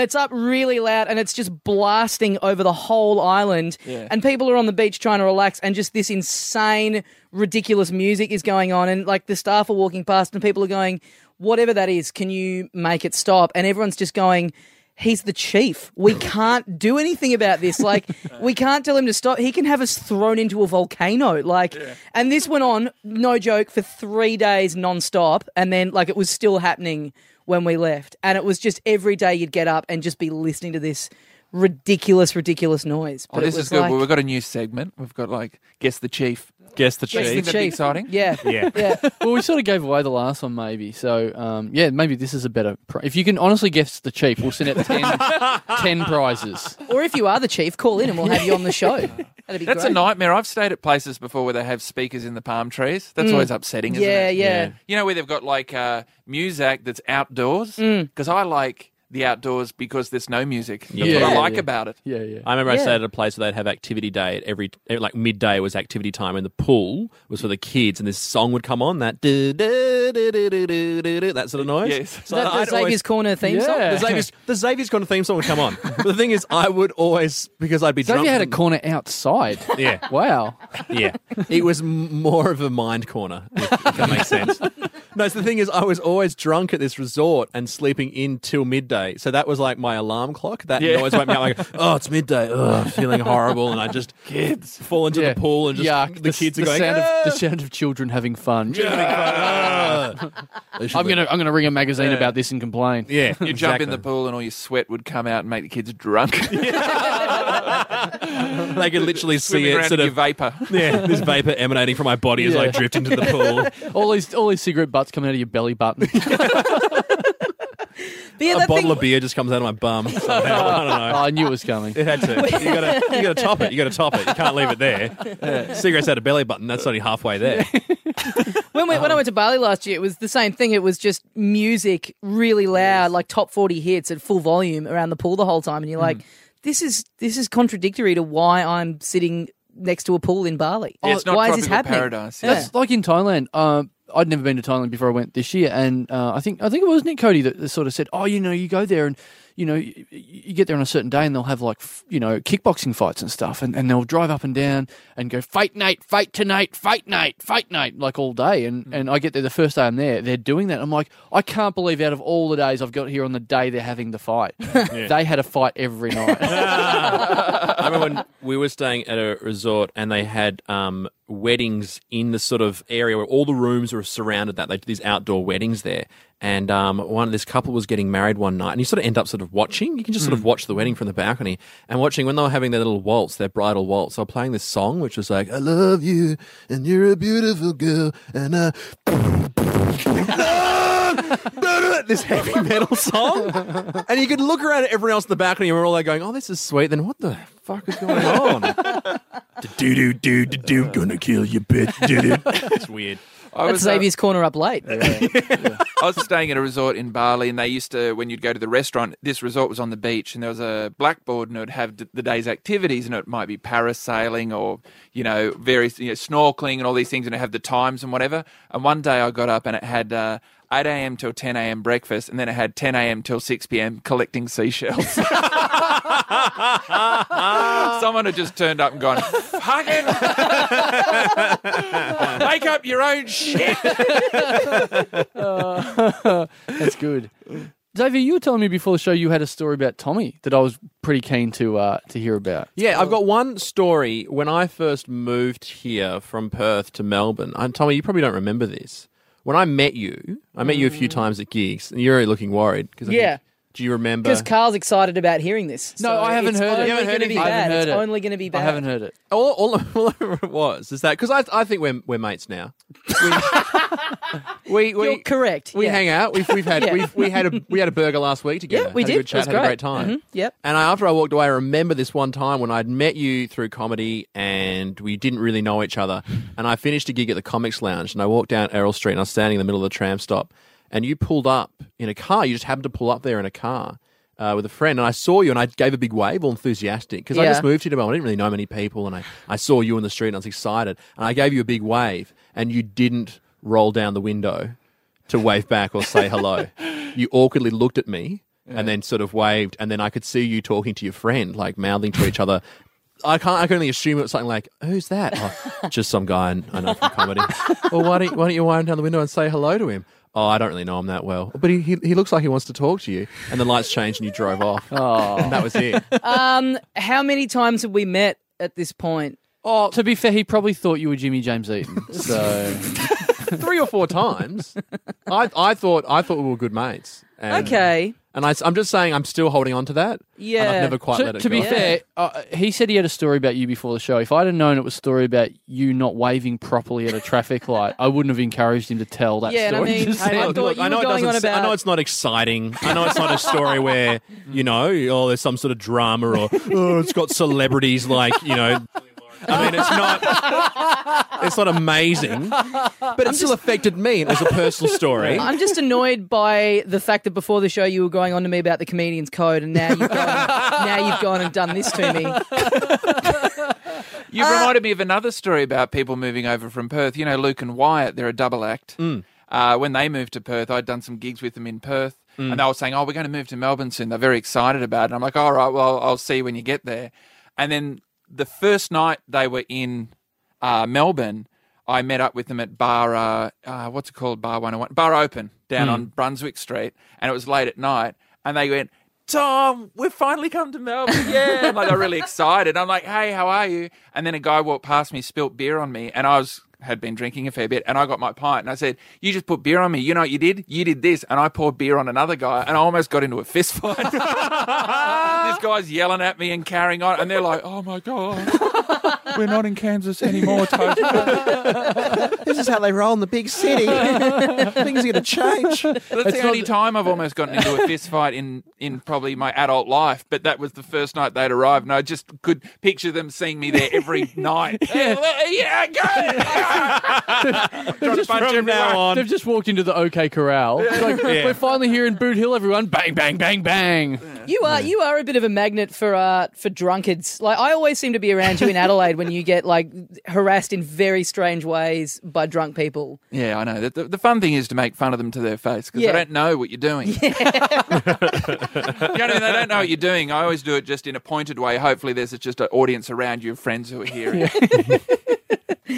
[SPEAKER 1] it's up really loud and it's just blasting over the whole island. And people are on the beach trying to relax, and just this insane, ridiculous music is going on, and like the staff are walking past, and people are going, Whatever that is, can you make it stop? And everyone's just going, he's the chief.
[SPEAKER 3] [laughs]
[SPEAKER 1] We can't do anything about this. Like, we can't tell him to stop. He can have us thrown into a volcano. Like, and this went on, no joke, for three days nonstop. And then, like, it was still happening when we left. And it was just every day you'd get up and just be listening to this ridiculous, ridiculous noise. But it
[SPEAKER 4] Well, Oh, this
[SPEAKER 1] was
[SPEAKER 4] is good.
[SPEAKER 1] like-
[SPEAKER 4] Well, we've got a new segment. We've got like guess the chief.
[SPEAKER 3] guess the
[SPEAKER 1] Yes,
[SPEAKER 3] cheese.
[SPEAKER 4] Isn't that
[SPEAKER 1] chief.
[SPEAKER 4] exciting?
[SPEAKER 1] Yeah.
[SPEAKER 3] Yeah.
[SPEAKER 1] Yeah.
[SPEAKER 2] well, we sort of gave away the last one, maybe. So, um, yeah, maybe this is a better. Pri- if you can honestly guess the chief, we'll send out
[SPEAKER 3] [laughs]
[SPEAKER 2] 10, 10 prizes.
[SPEAKER 1] Or if you are the chief, call in and we'll have you on the
[SPEAKER 3] [laughs]
[SPEAKER 1] show. That'd be
[SPEAKER 4] That's
[SPEAKER 1] great.
[SPEAKER 4] a nightmare. I've stayed at places before where they have speakers in the palm trees. That's always upsetting, isn't
[SPEAKER 1] Mm. Yeah,
[SPEAKER 4] it?
[SPEAKER 1] yeah.
[SPEAKER 4] You know where they've got like uh, music that's outdoors because I like the outdoors because there's no music. That's
[SPEAKER 3] Yeah,
[SPEAKER 4] what I
[SPEAKER 2] yeah,
[SPEAKER 4] like
[SPEAKER 2] yeah.
[SPEAKER 4] about it.
[SPEAKER 2] Yeah, yeah.
[SPEAKER 3] I remember I
[SPEAKER 1] Yeah.
[SPEAKER 3] stayed at a place where they'd have activity day at every like midday was activity time, and the pool was for the kids, and this song would come on that du- du- du- du- du- du- du- du- that sort of noise.
[SPEAKER 4] Yes.
[SPEAKER 3] So
[SPEAKER 1] that the
[SPEAKER 3] I'd
[SPEAKER 1] Xavier's
[SPEAKER 3] always-
[SPEAKER 1] Corner theme song? [laughs]
[SPEAKER 2] Yeah.
[SPEAKER 3] the Xavier's the Xavier's Corner theme song would come on. [laughs] But the thing is, I would always because I'd be
[SPEAKER 2] So if
[SPEAKER 3] drunk.
[SPEAKER 2] you had a
[SPEAKER 3] from-
[SPEAKER 2] corner outside.
[SPEAKER 3] Yeah,
[SPEAKER 2] [laughs] Wow.
[SPEAKER 3] yeah. It was m- more of a mind corner, if, if that makes sense. No, so the thing is, I was always drunk at this resort and sleeping in till midday. So that was like my alarm clock. That
[SPEAKER 4] Yeah.
[SPEAKER 3] noise woke me up like, oh, it's midday. Ugh, feeling horrible. And I just kids fall into
[SPEAKER 2] Yeah.
[SPEAKER 3] the pool and just
[SPEAKER 2] Yuck.
[SPEAKER 3] the,
[SPEAKER 2] s-
[SPEAKER 3] kids
[SPEAKER 2] the
[SPEAKER 3] are going,
[SPEAKER 2] Sound
[SPEAKER 3] "Ah."
[SPEAKER 2] [laughs] of, the sound of children having fun.
[SPEAKER 3] Ah.
[SPEAKER 2] I'm gonna I'm gonna ring a magazine about this and complain.
[SPEAKER 3] Yeah,
[SPEAKER 4] You jump in the pool and all your sweat would come out and make the kids drunk. [laughs]
[SPEAKER 3] They could literally see
[SPEAKER 4] Swimming
[SPEAKER 3] it
[SPEAKER 4] around
[SPEAKER 3] sort
[SPEAKER 4] in your
[SPEAKER 3] of
[SPEAKER 4] vapor.
[SPEAKER 3] [laughs] yeah, this vapor emanating from my body as I
[SPEAKER 2] Yeah.
[SPEAKER 3] drift into the
[SPEAKER 1] [laughs]
[SPEAKER 3] pool.
[SPEAKER 2] All these all these cigarette butts coming out of your belly
[SPEAKER 3] [laughs]
[SPEAKER 2] button.
[SPEAKER 1] But yeah,
[SPEAKER 3] a
[SPEAKER 1] that
[SPEAKER 3] bottle
[SPEAKER 1] thing,
[SPEAKER 3] of beer just comes out of my bum. somehow. I don't know.
[SPEAKER 2] Oh, I knew it was coming.
[SPEAKER 3] It had to. You gotta, you gotta top it. You gotta top it. You can't leave it there. Cigarettes out of belly button. That's only halfway there.
[SPEAKER 1] when, we, when I went to Bali last year, it was the same thing. It was just music really loud, like top 40 hits at full volume around the pool the whole time. And you're like, this is this is contradictory to why I'm sitting next to a pool in Bali.
[SPEAKER 4] Yeah, it's not
[SPEAKER 1] Oh, why is this
[SPEAKER 4] tropical
[SPEAKER 1] happening?
[SPEAKER 4] paradise.
[SPEAKER 1] Yeah.
[SPEAKER 2] That's like in Thailand. Um, I'd never been to Thailand before I went this year, and uh, I think I think it was Nick Cody that, that sort of said, "Oh, you know, you go there and you know you, you get there on a certain day, and they'll have like f- you know kickboxing fights and stuff, and, and they'll drive up and down and go fight night, fight tonight, fight night, fight night, like all day. And and I get there the first day I'm there, they're doing that. I'm like, I can't believe out of all the days I've got here on the day they're having the fight, they had a fight every night.
[SPEAKER 3] I remember when we were staying at a resort and they had um, weddings in the sort of area where all the rooms were surrounded that. They did these outdoor weddings there. And um, one this couple was getting married one night, and you sort of end up sort of watching. You can just sort of watch the wedding from the balcony and watching when they were having their little waltz, their bridal waltz. They were playing this song, which was like, "I love you, and you're a beautiful girl," and uh, [laughs] this heavy metal song, and you could look around at everyone else in the balcony, and we're all like going, "Oh, this is sweet." Then what the fuck is going on?
[SPEAKER 6] Do do do do do. Gonna kill you, bitch. Do do.
[SPEAKER 3] it's weird.
[SPEAKER 4] I
[SPEAKER 1] That's
[SPEAKER 4] was, uh,
[SPEAKER 1] Xavier's Corner up late.
[SPEAKER 4] I was staying at a resort in Bali, and they used to, when you'd go to the restaurant, this resort was on the beach, and there was a blackboard, and it would have d- the day's activities, and it might be parasailing or, you know, various, you know, snorkeling and all these things, and it have the times and whatever. And one day I got up, and it had uh, 8 a.m. till 10 a.m. breakfast, and then it had 10 a.m. till 6 p.m. collecting seashells. [laughs] Someone had just turned up and gone, fucking, [laughs] make up your own shit.
[SPEAKER 2] That's good. [laughs] Xavier, you were telling me before the show you had a story about Tommy that I was pretty keen to uh, to hear about.
[SPEAKER 3] Yeah, I've got one story. When I first moved here from Perth to Melbourne, and Tommy, you probably don't remember this. When I met you, I met you a few times at gigs, and you're looking worried. Cause I
[SPEAKER 1] Mm. Yeah.
[SPEAKER 3] think- do you remember?
[SPEAKER 1] Because Carl's excited about hearing this.
[SPEAKER 2] No,
[SPEAKER 1] So
[SPEAKER 2] I haven't
[SPEAKER 1] it's
[SPEAKER 2] heard it.
[SPEAKER 1] only
[SPEAKER 2] You haven't heard
[SPEAKER 1] gonna be
[SPEAKER 2] anything? I haven't
[SPEAKER 1] bad.
[SPEAKER 2] heard
[SPEAKER 1] It's
[SPEAKER 2] it.
[SPEAKER 1] only going to be bad.
[SPEAKER 2] I haven't heard it.
[SPEAKER 3] all, all, [laughs] all it was is that because I, I think we're, we're mates now. [laughs] We, we, we,
[SPEAKER 1] You're correct.
[SPEAKER 3] we
[SPEAKER 1] yeah.
[SPEAKER 3] hang out. We've, we've
[SPEAKER 1] [laughs]
[SPEAKER 3] had
[SPEAKER 1] Yeah.
[SPEAKER 3] we've, we had a we had a burger last week together.
[SPEAKER 1] Yeah, we
[SPEAKER 3] had
[SPEAKER 1] did.
[SPEAKER 3] A good
[SPEAKER 1] It
[SPEAKER 3] chat,
[SPEAKER 1] was
[SPEAKER 3] had a
[SPEAKER 1] great.
[SPEAKER 3] great time.
[SPEAKER 1] Mhm. Yep.
[SPEAKER 3] And I, after I walked away, I remember this one time when I'd met you through comedy and we didn't really know each other. And I finished a gig at the Comics Lounge and I walked down Errol Street and I was standing in the middle of the tram stop. And you pulled up in a car. You just happened to pull up there in a car uh, with a friend. And I saw you and I gave a big wave, all enthusiastic, because I
[SPEAKER 1] Yeah.
[SPEAKER 3] just moved here to Melbourne. I didn't really know many people. And I, I saw you in the street and I was excited. And I gave you a big wave and you didn't roll down the window to wave back or say hello. you awkwardly looked at me and then sort of waved, and then I could see you talking to your friend, like mouthing to each other. I can't. I can only assume it was something like, "Who's that?" "Oh, just some guy I I know from comedy. well, why don't why don't you wind down the window and say hello to him? Oh, I don't really know him that well, but he, he, he looks like he wants to talk to you. And the lights changed, and you drove off. Oh, and that was it.
[SPEAKER 1] How many times have we met at this point?
[SPEAKER 2] Oh, to be fair, he probably thought you were Jimmy James [laughs] Eaton. So
[SPEAKER 3] Three or four times. I I thought I thought we were good mates. And,
[SPEAKER 1] Okay.
[SPEAKER 3] And I, am just saying, I'm still holding on to that. And
[SPEAKER 1] Yeah.
[SPEAKER 3] I've never quite
[SPEAKER 2] to,
[SPEAKER 3] let it
[SPEAKER 2] to
[SPEAKER 3] go.
[SPEAKER 2] be fair, uh, he said he had a story about you before the show. If I'd have known it was a story about you not waving properly at a traffic [laughs] light, I wouldn't have encouraged him to tell that
[SPEAKER 1] Yeah, and I
[SPEAKER 2] story.
[SPEAKER 1] mean,
[SPEAKER 2] Just
[SPEAKER 1] I-
[SPEAKER 2] said-
[SPEAKER 1] thought you were
[SPEAKER 3] know it
[SPEAKER 1] going on
[SPEAKER 3] doesn't s- I know
[SPEAKER 1] about-
[SPEAKER 3] it's not exciting. I know it's not a story [laughs] where you know, oh, there's some sort of drama or oh, it's got celebrities like you know, I mean, it's not it's not amazing,
[SPEAKER 5] But it still affected me.
[SPEAKER 3] as a personal [laughs] story.
[SPEAKER 1] I'm just annoyed by the fact that before the show you were going on to me about the comedian's code, and now you've gone, now you've gone and done this to me.
[SPEAKER 4] You reminded me of another story about people moving over from Perth. You know, Luke and Wyatt, they're a double act. Uh, when they moved to Perth, I'd done some gigs with them in Perth, and they were saying, Oh, we're going to move to Melbourne soon. They're very excited about it. And I'm like, All right, well, I'll see you when you get there. And then the first night they were in uh, Melbourne, I met up with them at Bar, uh, uh, what's it called? Bar 101, Bar Open down on Brunswick Street. And it was late at night. And they went, Tom, we've finally come to Melbourne. Yeah. And, like, they're really excited. I'm like, hey, how are you? And then a guy walked past me, spilt beer on me. And I was, had been drinking a fair bit. And I got my pint and I said, you just put beer on me. You know what you did? You did this. And I poured beer on another guy. And I almost got into a fist fight. this guy's yelling at me and carrying on. And they're like, oh my God. We're not in Kansas anymore, Toast.
[SPEAKER 5] This is how they roll in the big
[SPEAKER 1] [laughs]
[SPEAKER 5] city. Things are going to change.
[SPEAKER 4] That's the only time I've almost gotten into a fist fight in, in probably my adult life, but that was the first night they'd arrived, and I just could picture them seeing me there [laughs] every night. yeah,
[SPEAKER 3] [laughs]
[SPEAKER 4] yeah, go! Trying to punch everyone.
[SPEAKER 2] They've just walked into the OK Corral. It's like, We're finally here in Boot Hill, everyone. Bang, bang, bang, bang.
[SPEAKER 1] You are you are a bit of a magnet for uh, for drunkards. Like I always seem to be around you in Adelaide when you get like harassed in very strange ways by drunk people.
[SPEAKER 4] Yeah, I know. The, the, the fun thing is to make fun of them to their face because
[SPEAKER 1] Yeah.
[SPEAKER 4] they don't know what you're doing. [laughs] you know what I mean? They don't know what you're doing. I always do it just in a pointed way. Hopefully, there's just an audience around you of friends who are hearing. it. [laughs]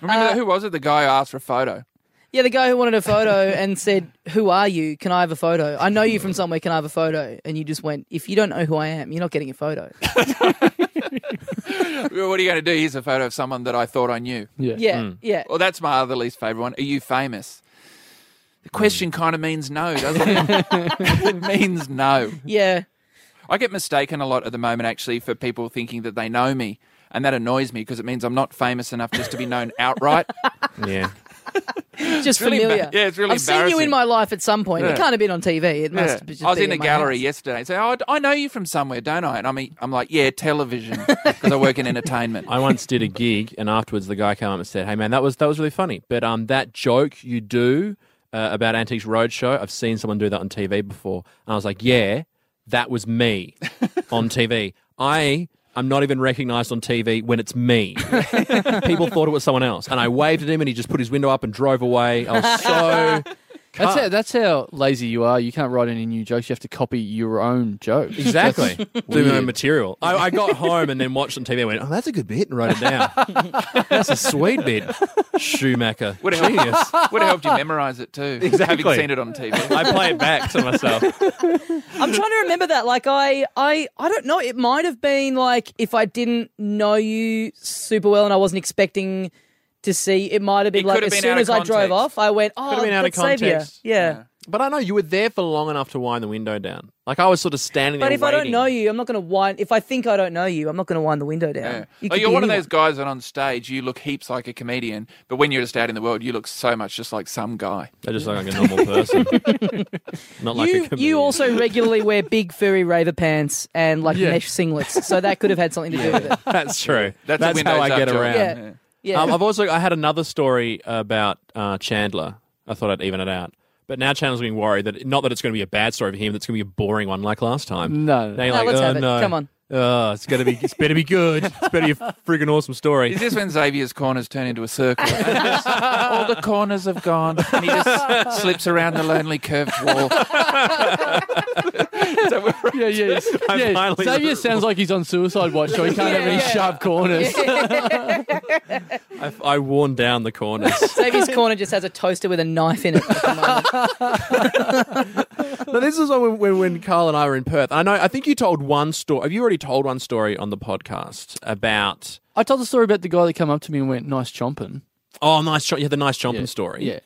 [SPEAKER 4] Remember, that, who was it? The guy who asked for a photo.
[SPEAKER 1] Yeah, the guy who wanted a photo and said, "Who are you? Can I have a photo? I know you from somewhere. Can I have a photo?" And you just went, "If you don't know who I am, you're not getting a photo."
[SPEAKER 4] Well, What are you going to do? Here's a photo of someone that I thought I knew.
[SPEAKER 1] Yeah, yeah.
[SPEAKER 4] Well, that's my other least favourite one. Are you famous? The question kind of means no, doesn't it? [laughs] it means no.
[SPEAKER 1] Yeah.
[SPEAKER 4] I get mistaken a lot at the moment, actually, for people thinking that they know me. And that annoys me because it means I'm not famous enough just to be known outright.
[SPEAKER 3] Yeah.
[SPEAKER 1] Just
[SPEAKER 4] really
[SPEAKER 1] familiar.
[SPEAKER 4] embar- yeah, it's really
[SPEAKER 1] I've seen you in
[SPEAKER 4] embarrassing.
[SPEAKER 1] my life at some point. It
[SPEAKER 4] Yeah.
[SPEAKER 1] can't have been on TV. It must have just
[SPEAKER 4] I was
[SPEAKER 1] be
[SPEAKER 4] in a
[SPEAKER 1] my
[SPEAKER 4] gallery
[SPEAKER 1] house.
[SPEAKER 4] yesterday and say, oh, I know you from somewhere, don't I? And I'm, I'm like, yeah, television, because I work in entertainment.
[SPEAKER 3] I once did a gig, and afterwards the guy came up and said, "Hey man, that was that was really funny, but um, that joke you do uh, about Antiques Roadshow, I've seen someone do that on TV before." And I was like, "Yeah, that was me on TV. I." am not even recognised on TV when it's me. People thought it was someone else, and I waved at him, and he just put his window up and drove away. I was so
[SPEAKER 2] That's how, that's how lazy you are. You can't write any new jokes. You have to copy your own jokes.
[SPEAKER 3] [laughs] exactly do my
[SPEAKER 2] weird.
[SPEAKER 3] own material. I, I got home and then watched on TV. and Went, "Oh, that's a good bit," and wrote it down. that's a sweet bit, Schumacher.
[SPEAKER 4] Would have, helped, would have helped you memorise it too. Having
[SPEAKER 3] Exactly.
[SPEAKER 4] seen it on TV.
[SPEAKER 3] I play it back to myself.
[SPEAKER 1] I'm trying to remember that. Like I, I, I don't know. It might have been like if I didn't know you super well and I wasn't expecting to see. It might have been
[SPEAKER 4] It
[SPEAKER 1] like
[SPEAKER 4] could have
[SPEAKER 1] as
[SPEAKER 4] been
[SPEAKER 1] soon
[SPEAKER 4] out of
[SPEAKER 1] as I drove off,
[SPEAKER 4] context.
[SPEAKER 1] I went, "Oh,
[SPEAKER 3] have been out of
[SPEAKER 1] that's Xavier."
[SPEAKER 3] context.
[SPEAKER 1] Yeah.
[SPEAKER 3] [laughs] But I know you were there for long enough to wind the window down. Like I was sort of standing
[SPEAKER 1] But
[SPEAKER 3] there.
[SPEAKER 1] if I don't
[SPEAKER 3] waiting.
[SPEAKER 1] know you, I'm not going to wind. If I think I don't know you, I'm not going to wind the window down.
[SPEAKER 4] Yeah.
[SPEAKER 1] You
[SPEAKER 4] Like
[SPEAKER 1] could
[SPEAKER 4] you're
[SPEAKER 1] be
[SPEAKER 4] one of
[SPEAKER 1] anyone.
[SPEAKER 4] those guys that on stage you look heaps like a comedian, but when you're just out in the world, you look so much just like some guy.
[SPEAKER 3] I just look like a
[SPEAKER 1] [laughs]
[SPEAKER 3] normal person, not
[SPEAKER 4] [laughs]
[SPEAKER 3] like a
[SPEAKER 1] You,
[SPEAKER 3] comedian.
[SPEAKER 1] you also regularly wear big furry raver pants and like mesh singlets, so that could have had something to do with it.
[SPEAKER 3] [laughs] That's true.
[SPEAKER 4] That's a
[SPEAKER 3] how
[SPEAKER 4] Windows
[SPEAKER 3] I
[SPEAKER 4] Up
[SPEAKER 3] get
[SPEAKER 4] job.
[SPEAKER 3] around.
[SPEAKER 1] Yeah, yeah.
[SPEAKER 3] Um, I've also I had another story about uh, Chandler. I thought I'd even it out, but now Chandler's getting worried that not that it's going to be a bad story for him. That's going to be a boring one like last time.
[SPEAKER 2] No.
[SPEAKER 3] Now you're
[SPEAKER 1] No,
[SPEAKER 3] like,
[SPEAKER 1] let's
[SPEAKER 3] oh,
[SPEAKER 1] have it.
[SPEAKER 3] no.
[SPEAKER 1] Come on.
[SPEAKER 3] Oh, it's gonna be. It's better be good. It's better be a
[SPEAKER 1] [laughs]
[SPEAKER 3] friggin' awesome story.
[SPEAKER 4] Is this when Xavier's corners turn into a [laughs] circle? And just- all the corners have gone, and he just slips around the lonely curved wall.
[SPEAKER 2] Yeah,
[SPEAKER 3] [laughs]
[SPEAKER 2] yeah. yeah.
[SPEAKER 3] finally- [laughs]
[SPEAKER 2] Xavier sounds like he's on suicide watch, so he can't have any
[SPEAKER 1] Yeah.
[SPEAKER 2] sharp corners.
[SPEAKER 3] I, I worn down
[SPEAKER 1] [laughs]
[SPEAKER 3] the corners.
[SPEAKER 2] [laughs]
[SPEAKER 1] Xavier's corner just has a toaster with a knife in it. At the moment.
[SPEAKER 3] No, this is when, when when Carl and I were in Perth. I know. I think you told one story. Have you already told one story on the podcast about?
[SPEAKER 2] I told the story about the guy that came up to me and went, nice chomping.
[SPEAKER 3] Oh, nice. Cho- yeah, the nice chomping story.
[SPEAKER 2] Yeah.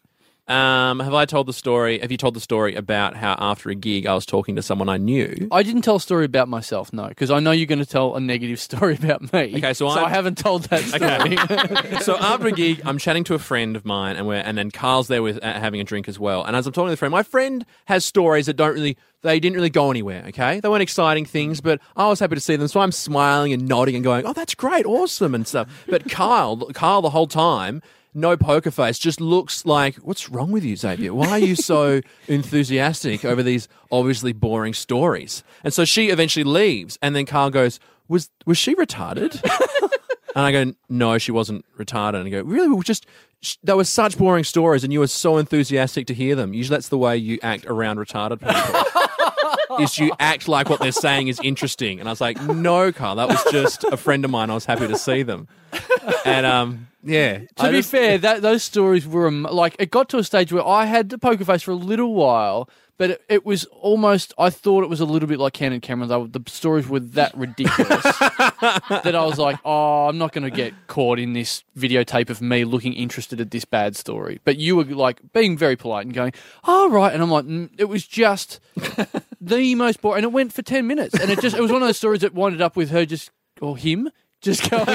[SPEAKER 3] Um, have I told the story? Have you told the story about how after a gig I was talking to someone I knew?
[SPEAKER 2] I didn't tell a story about myself, no, because I know you're going to tell a negative [laughs] story about me.
[SPEAKER 3] Okay, so I'm-
[SPEAKER 2] I haven't told that story.
[SPEAKER 3] [laughs] so after a gig, I'm chatting to a friend of mine, and we're and then Carl's there with uh, having a drink as well. And as I'm talking to the friend, my friend has stories that don't really they didn't really go anywhere. Okay, they weren't exciting things, but I was happy to see them, so I'm smiling and nodding and going, "Oh, that's great, awesome," and stuff. But [laughs] Kyle, Kyle, the whole time. No poker face, just looks like, what's wrong with you, Xavier? Why are you so enthusiastic over these obviously boring stories? And so she eventually leaves, and then Carl goes, Was was she retarded? [laughs] And I go, no, she wasn't retarded. And I go, really? We were just, sh- they were such boring stories and you were so enthusiastic to hear them. Usually that's the way you act around retarded people. [laughs] is you act like what they're saying is interesting. And I was like, no, Carl, that was just a friend of mine. I was happy to see them. And um, yeah.
[SPEAKER 2] to be fair, that those stories were um, like it got to a stage where I had the poker face for a little while, but it, it was almost I thought it was a little bit like Canon Cameron. Though the stories were that ridiculous that I was like, oh, I'm not going to get caught in this videotape of me looking interested at this bad story. But you were like being very polite and going, all right, and I'm like, mm, it was just the most boring, and it went for ten minutes, and it just it was one of those stories that winded up with her just or him. Just
[SPEAKER 3] [laughs]
[SPEAKER 2] going,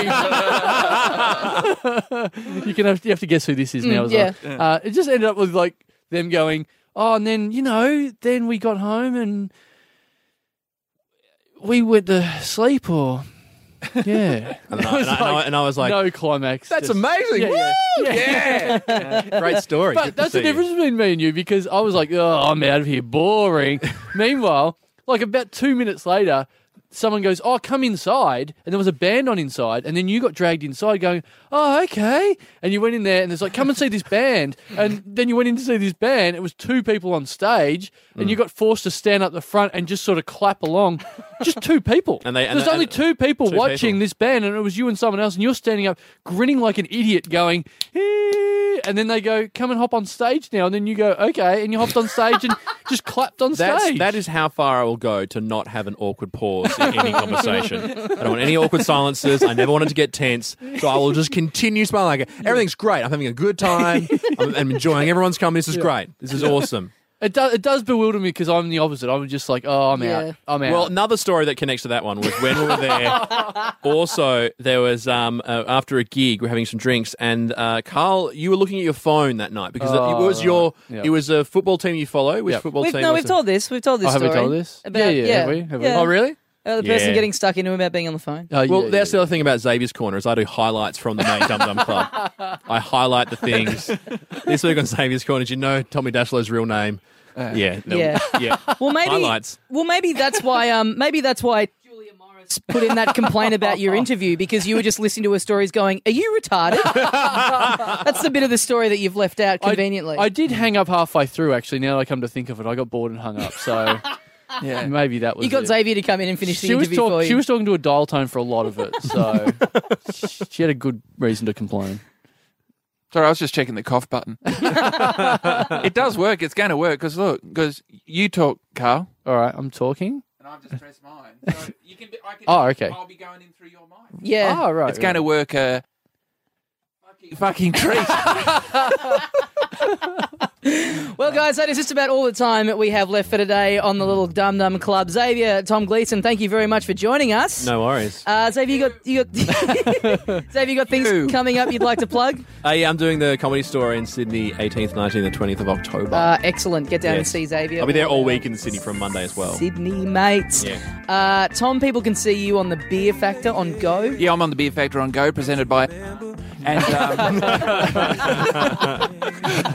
[SPEAKER 2] you can have, you have to guess who this is now. as well. Uh, it just ended up with like them going, oh, and then you know, then we got home and we went to sleep or yeah,
[SPEAKER 3] [laughs] And I, and I- and I- and I was like,
[SPEAKER 2] no climax.
[SPEAKER 5] That's
[SPEAKER 2] just-
[SPEAKER 5] amazing.
[SPEAKER 2] Yeah, yeah.
[SPEAKER 3] great story. Good
[SPEAKER 2] But
[SPEAKER 3] to
[SPEAKER 2] that's the
[SPEAKER 3] see you."
[SPEAKER 2] difference between me and you because I was like, oh, I'm out of here,
[SPEAKER 3] [laughs]
[SPEAKER 2] boring. Meanwhile, like about two minutes later, someone goes, oh, come inside. And there was a band on inside. And then you got dragged inside going, oh, okay. And you went in there and it's like, come and see this band. And then you went in to see this band. It was two people on stage
[SPEAKER 3] Mm.
[SPEAKER 2] and you got forced to stand up the front and just sort of clap along. Just two people.
[SPEAKER 3] And they- and-
[SPEAKER 2] There's only
[SPEAKER 3] and-
[SPEAKER 2] two people
[SPEAKER 3] two
[SPEAKER 2] watching
[SPEAKER 3] people.
[SPEAKER 2] this band and it was you and someone else and you're standing up grinning like an idiot going "Eh," and then they go come and hop on stage now and then you go okay and you hopped on stage
[SPEAKER 3] [laughs]
[SPEAKER 2] and just clapped on
[SPEAKER 3] That's,
[SPEAKER 2] stage
[SPEAKER 3] that is how far I will go to not have an awkward pause in any conversation. I don't want any awkward silences. I never wanted to get tense, so I will just continue smiling. Like everything's great. I'm having a
[SPEAKER 2] [laughs]
[SPEAKER 3] good time. I'm, I'm enjoying everyone's company. This is great. This is awesome.
[SPEAKER 2] it, do, it does bewilder me because I'm the opposite I'm just like oh I'm
[SPEAKER 1] Yeah.
[SPEAKER 2] out I'm out
[SPEAKER 3] Well, another story that connects to that one was when we
[SPEAKER 2] [laughs]
[SPEAKER 3] were there. also, there was um, uh, after a gig, we are having some drinks, and uh, Carl, you were looking at your phone that night because
[SPEAKER 2] Oh,
[SPEAKER 3] it was your
[SPEAKER 2] right. Yeah.
[SPEAKER 3] it was a football team you follow. Which
[SPEAKER 2] Yep.
[SPEAKER 3] football
[SPEAKER 1] We've,
[SPEAKER 3] team?
[SPEAKER 1] no,
[SPEAKER 3] was
[SPEAKER 1] we've
[SPEAKER 3] it?
[SPEAKER 1] told this. We've told this
[SPEAKER 2] Oh, have we
[SPEAKER 1] story.
[SPEAKER 2] told this?
[SPEAKER 1] About,
[SPEAKER 2] Yeah, yeah, have we? Have we?
[SPEAKER 1] yeah.
[SPEAKER 3] Oh, really?
[SPEAKER 1] Uh, the person
[SPEAKER 3] Yeah.
[SPEAKER 1] getting stuck into him about being on the phone.
[SPEAKER 2] Oh, yeah,
[SPEAKER 3] Well,
[SPEAKER 2] yeah,
[SPEAKER 3] that's the
[SPEAKER 2] yeah.
[SPEAKER 3] other thing about Xavier's Corner is I do highlights from the main Dum Dum
[SPEAKER 2] [laughs]
[SPEAKER 3] Club. I highlight the things. this week on Xavier's Corner, did you know Tommy Dashlow's real name?
[SPEAKER 2] Uh,
[SPEAKER 3] yeah, no,
[SPEAKER 1] Yeah.
[SPEAKER 2] [laughs]
[SPEAKER 3] yeah.
[SPEAKER 1] Well, maybe.
[SPEAKER 3] Highlights.
[SPEAKER 1] Well, maybe that's why. Um, maybe that's why Julia Morris put in that complaint about your interview because you were just listening to her stories, going, "Are you
[SPEAKER 2] [laughs]
[SPEAKER 1] retarded?" that's the bit of the story that you've left out
[SPEAKER 2] I-
[SPEAKER 1] conveniently.
[SPEAKER 2] I, did hang up halfway through actually now that I come to think of it I got bored and hung
[SPEAKER 1] [laughs]
[SPEAKER 2] up so
[SPEAKER 4] Yeah.
[SPEAKER 2] maybe that was
[SPEAKER 1] you got
[SPEAKER 2] it.
[SPEAKER 1] Xavier to come in and finish
[SPEAKER 2] she
[SPEAKER 1] the
[SPEAKER 2] was,
[SPEAKER 1] interview for
[SPEAKER 2] talk-
[SPEAKER 1] you.
[SPEAKER 2] she was talking to a dial tone for a lot of it,
[SPEAKER 1] [laughs]
[SPEAKER 2] so she had a good reason to complain.
[SPEAKER 4] Sorry, I was just checking the cough [laughs] button. it does work. It's going to work because look, because you talk, Carl.
[SPEAKER 2] All right, I'm talking.
[SPEAKER 4] And I've just pressed mine. So you can be, I can,
[SPEAKER 2] Oh, okay.
[SPEAKER 4] I'll be going in through your mic.
[SPEAKER 1] yeah.
[SPEAKER 2] Oh, right.
[SPEAKER 4] It's going to work a fucking, fucking treat.
[SPEAKER 1] Well, guys, that is just about all the time we have left for today on the Little Dum Dum Club. Xavier, Tom Gleason, thank you very much for joining us.
[SPEAKER 3] No worries.
[SPEAKER 1] Uh, Xavier, you got you
[SPEAKER 3] [laughs]
[SPEAKER 1] got Xavier, you got things
[SPEAKER 4] You.
[SPEAKER 1] coming up you'd like to plug?
[SPEAKER 3] Uh, yeah, I'm doing the comedy store in Sydney, 18th, 19th, and 20th of October.
[SPEAKER 1] Uh, excellent. Get down and
[SPEAKER 3] Yes.
[SPEAKER 1] see Xavier.
[SPEAKER 3] I'll be there all week in Sydney from Monday as well.
[SPEAKER 1] Sydney, mates.
[SPEAKER 3] Yeah.
[SPEAKER 1] Uh, Tom, people can see you on the Beer Factor on Go.
[SPEAKER 4] yeah, I'm on the Beer Factor on Go, presented by. And. Um, [laughs]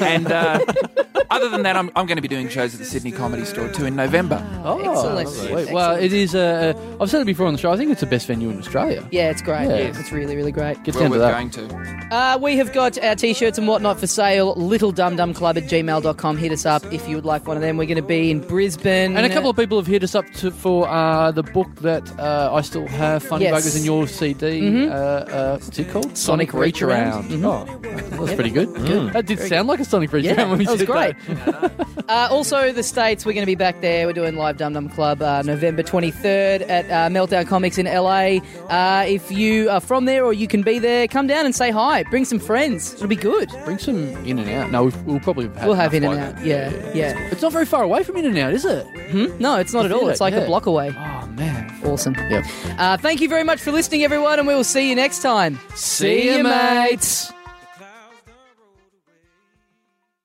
[SPEAKER 4] and uh, other than that, I'm, I'm going to be doing shows at the Sydney Comedy Store too in November.
[SPEAKER 2] Oh,
[SPEAKER 1] Excellent.
[SPEAKER 2] lovely. Well, it is. Uh, uh, I've said it before on the show. I think it's the best venue in Australia.
[SPEAKER 1] Yeah, it's great.
[SPEAKER 2] Yeah.
[SPEAKER 1] It's really, really great.
[SPEAKER 2] Get
[SPEAKER 4] Well
[SPEAKER 2] down to that.
[SPEAKER 4] worth going to.
[SPEAKER 1] Uh, we have got our t-shirts and whatnot for sale. LittleDumDumClub at gmail.com. Hit us up if you would like one of them. We're going to be in Brisbane.
[SPEAKER 2] And a couple of people have hit us up to, for uh, the book that uh, I still have, Funny
[SPEAKER 1] Yes. Mm-hmm.
[SPEAKER 2] Buggers and Your CD. Uh, uh, what's it called?
[SPEAKER 1] Sonic Reach Around.
[SPEAKER 2] Oh, That was pretty good. That did sound like a Sonic Freeze
[SPEAKER 1] Yeah,
[SPEAKER 2] jam when we
[SPEAKER 1] that was
[SPEAKER 2] did
[SPEAKER 1] great. uh, also, the States, we're going to be back there. We're doing Live Dum Dum Club uh, November 23rd at uh, Meltdown Comics in LA. Uh, if you are from there or you can be there, come down and say hi. Bring some friends. It'll be good.
[SPEAKER 2] Bring some in and out. No, we've, we'll probably have
[SPEAKER 1] We'll have in
[SPEAKER 2] enough
[SPEAKER 1] and
[SPEAKER 2] by
[SPEAKER 1] out.
[SPEAKER 2] then.
[SPEAKER 1] Yeah, yeah.
[SPEAKER 2] It's not very far away from in and out, is it?
[SPEAKER 1] No, it's not at all.
[SPEAKER 2] feel
[SPEAKER 1] It's
[SPEAKER 2] it,
[SPEAKER 1] like a
[SPEAKER 2] yeah.
[SPEAKER 1] block away.
[SPEAKER 2] Oh man.
[SPEAKER 1] Awesome.
[SPEAKER 2] Yep.
[SPEAKER 1] Uh, thank you very much for listening, everyone, and we will see you next time.
[SPEAKER 2] See you, mates.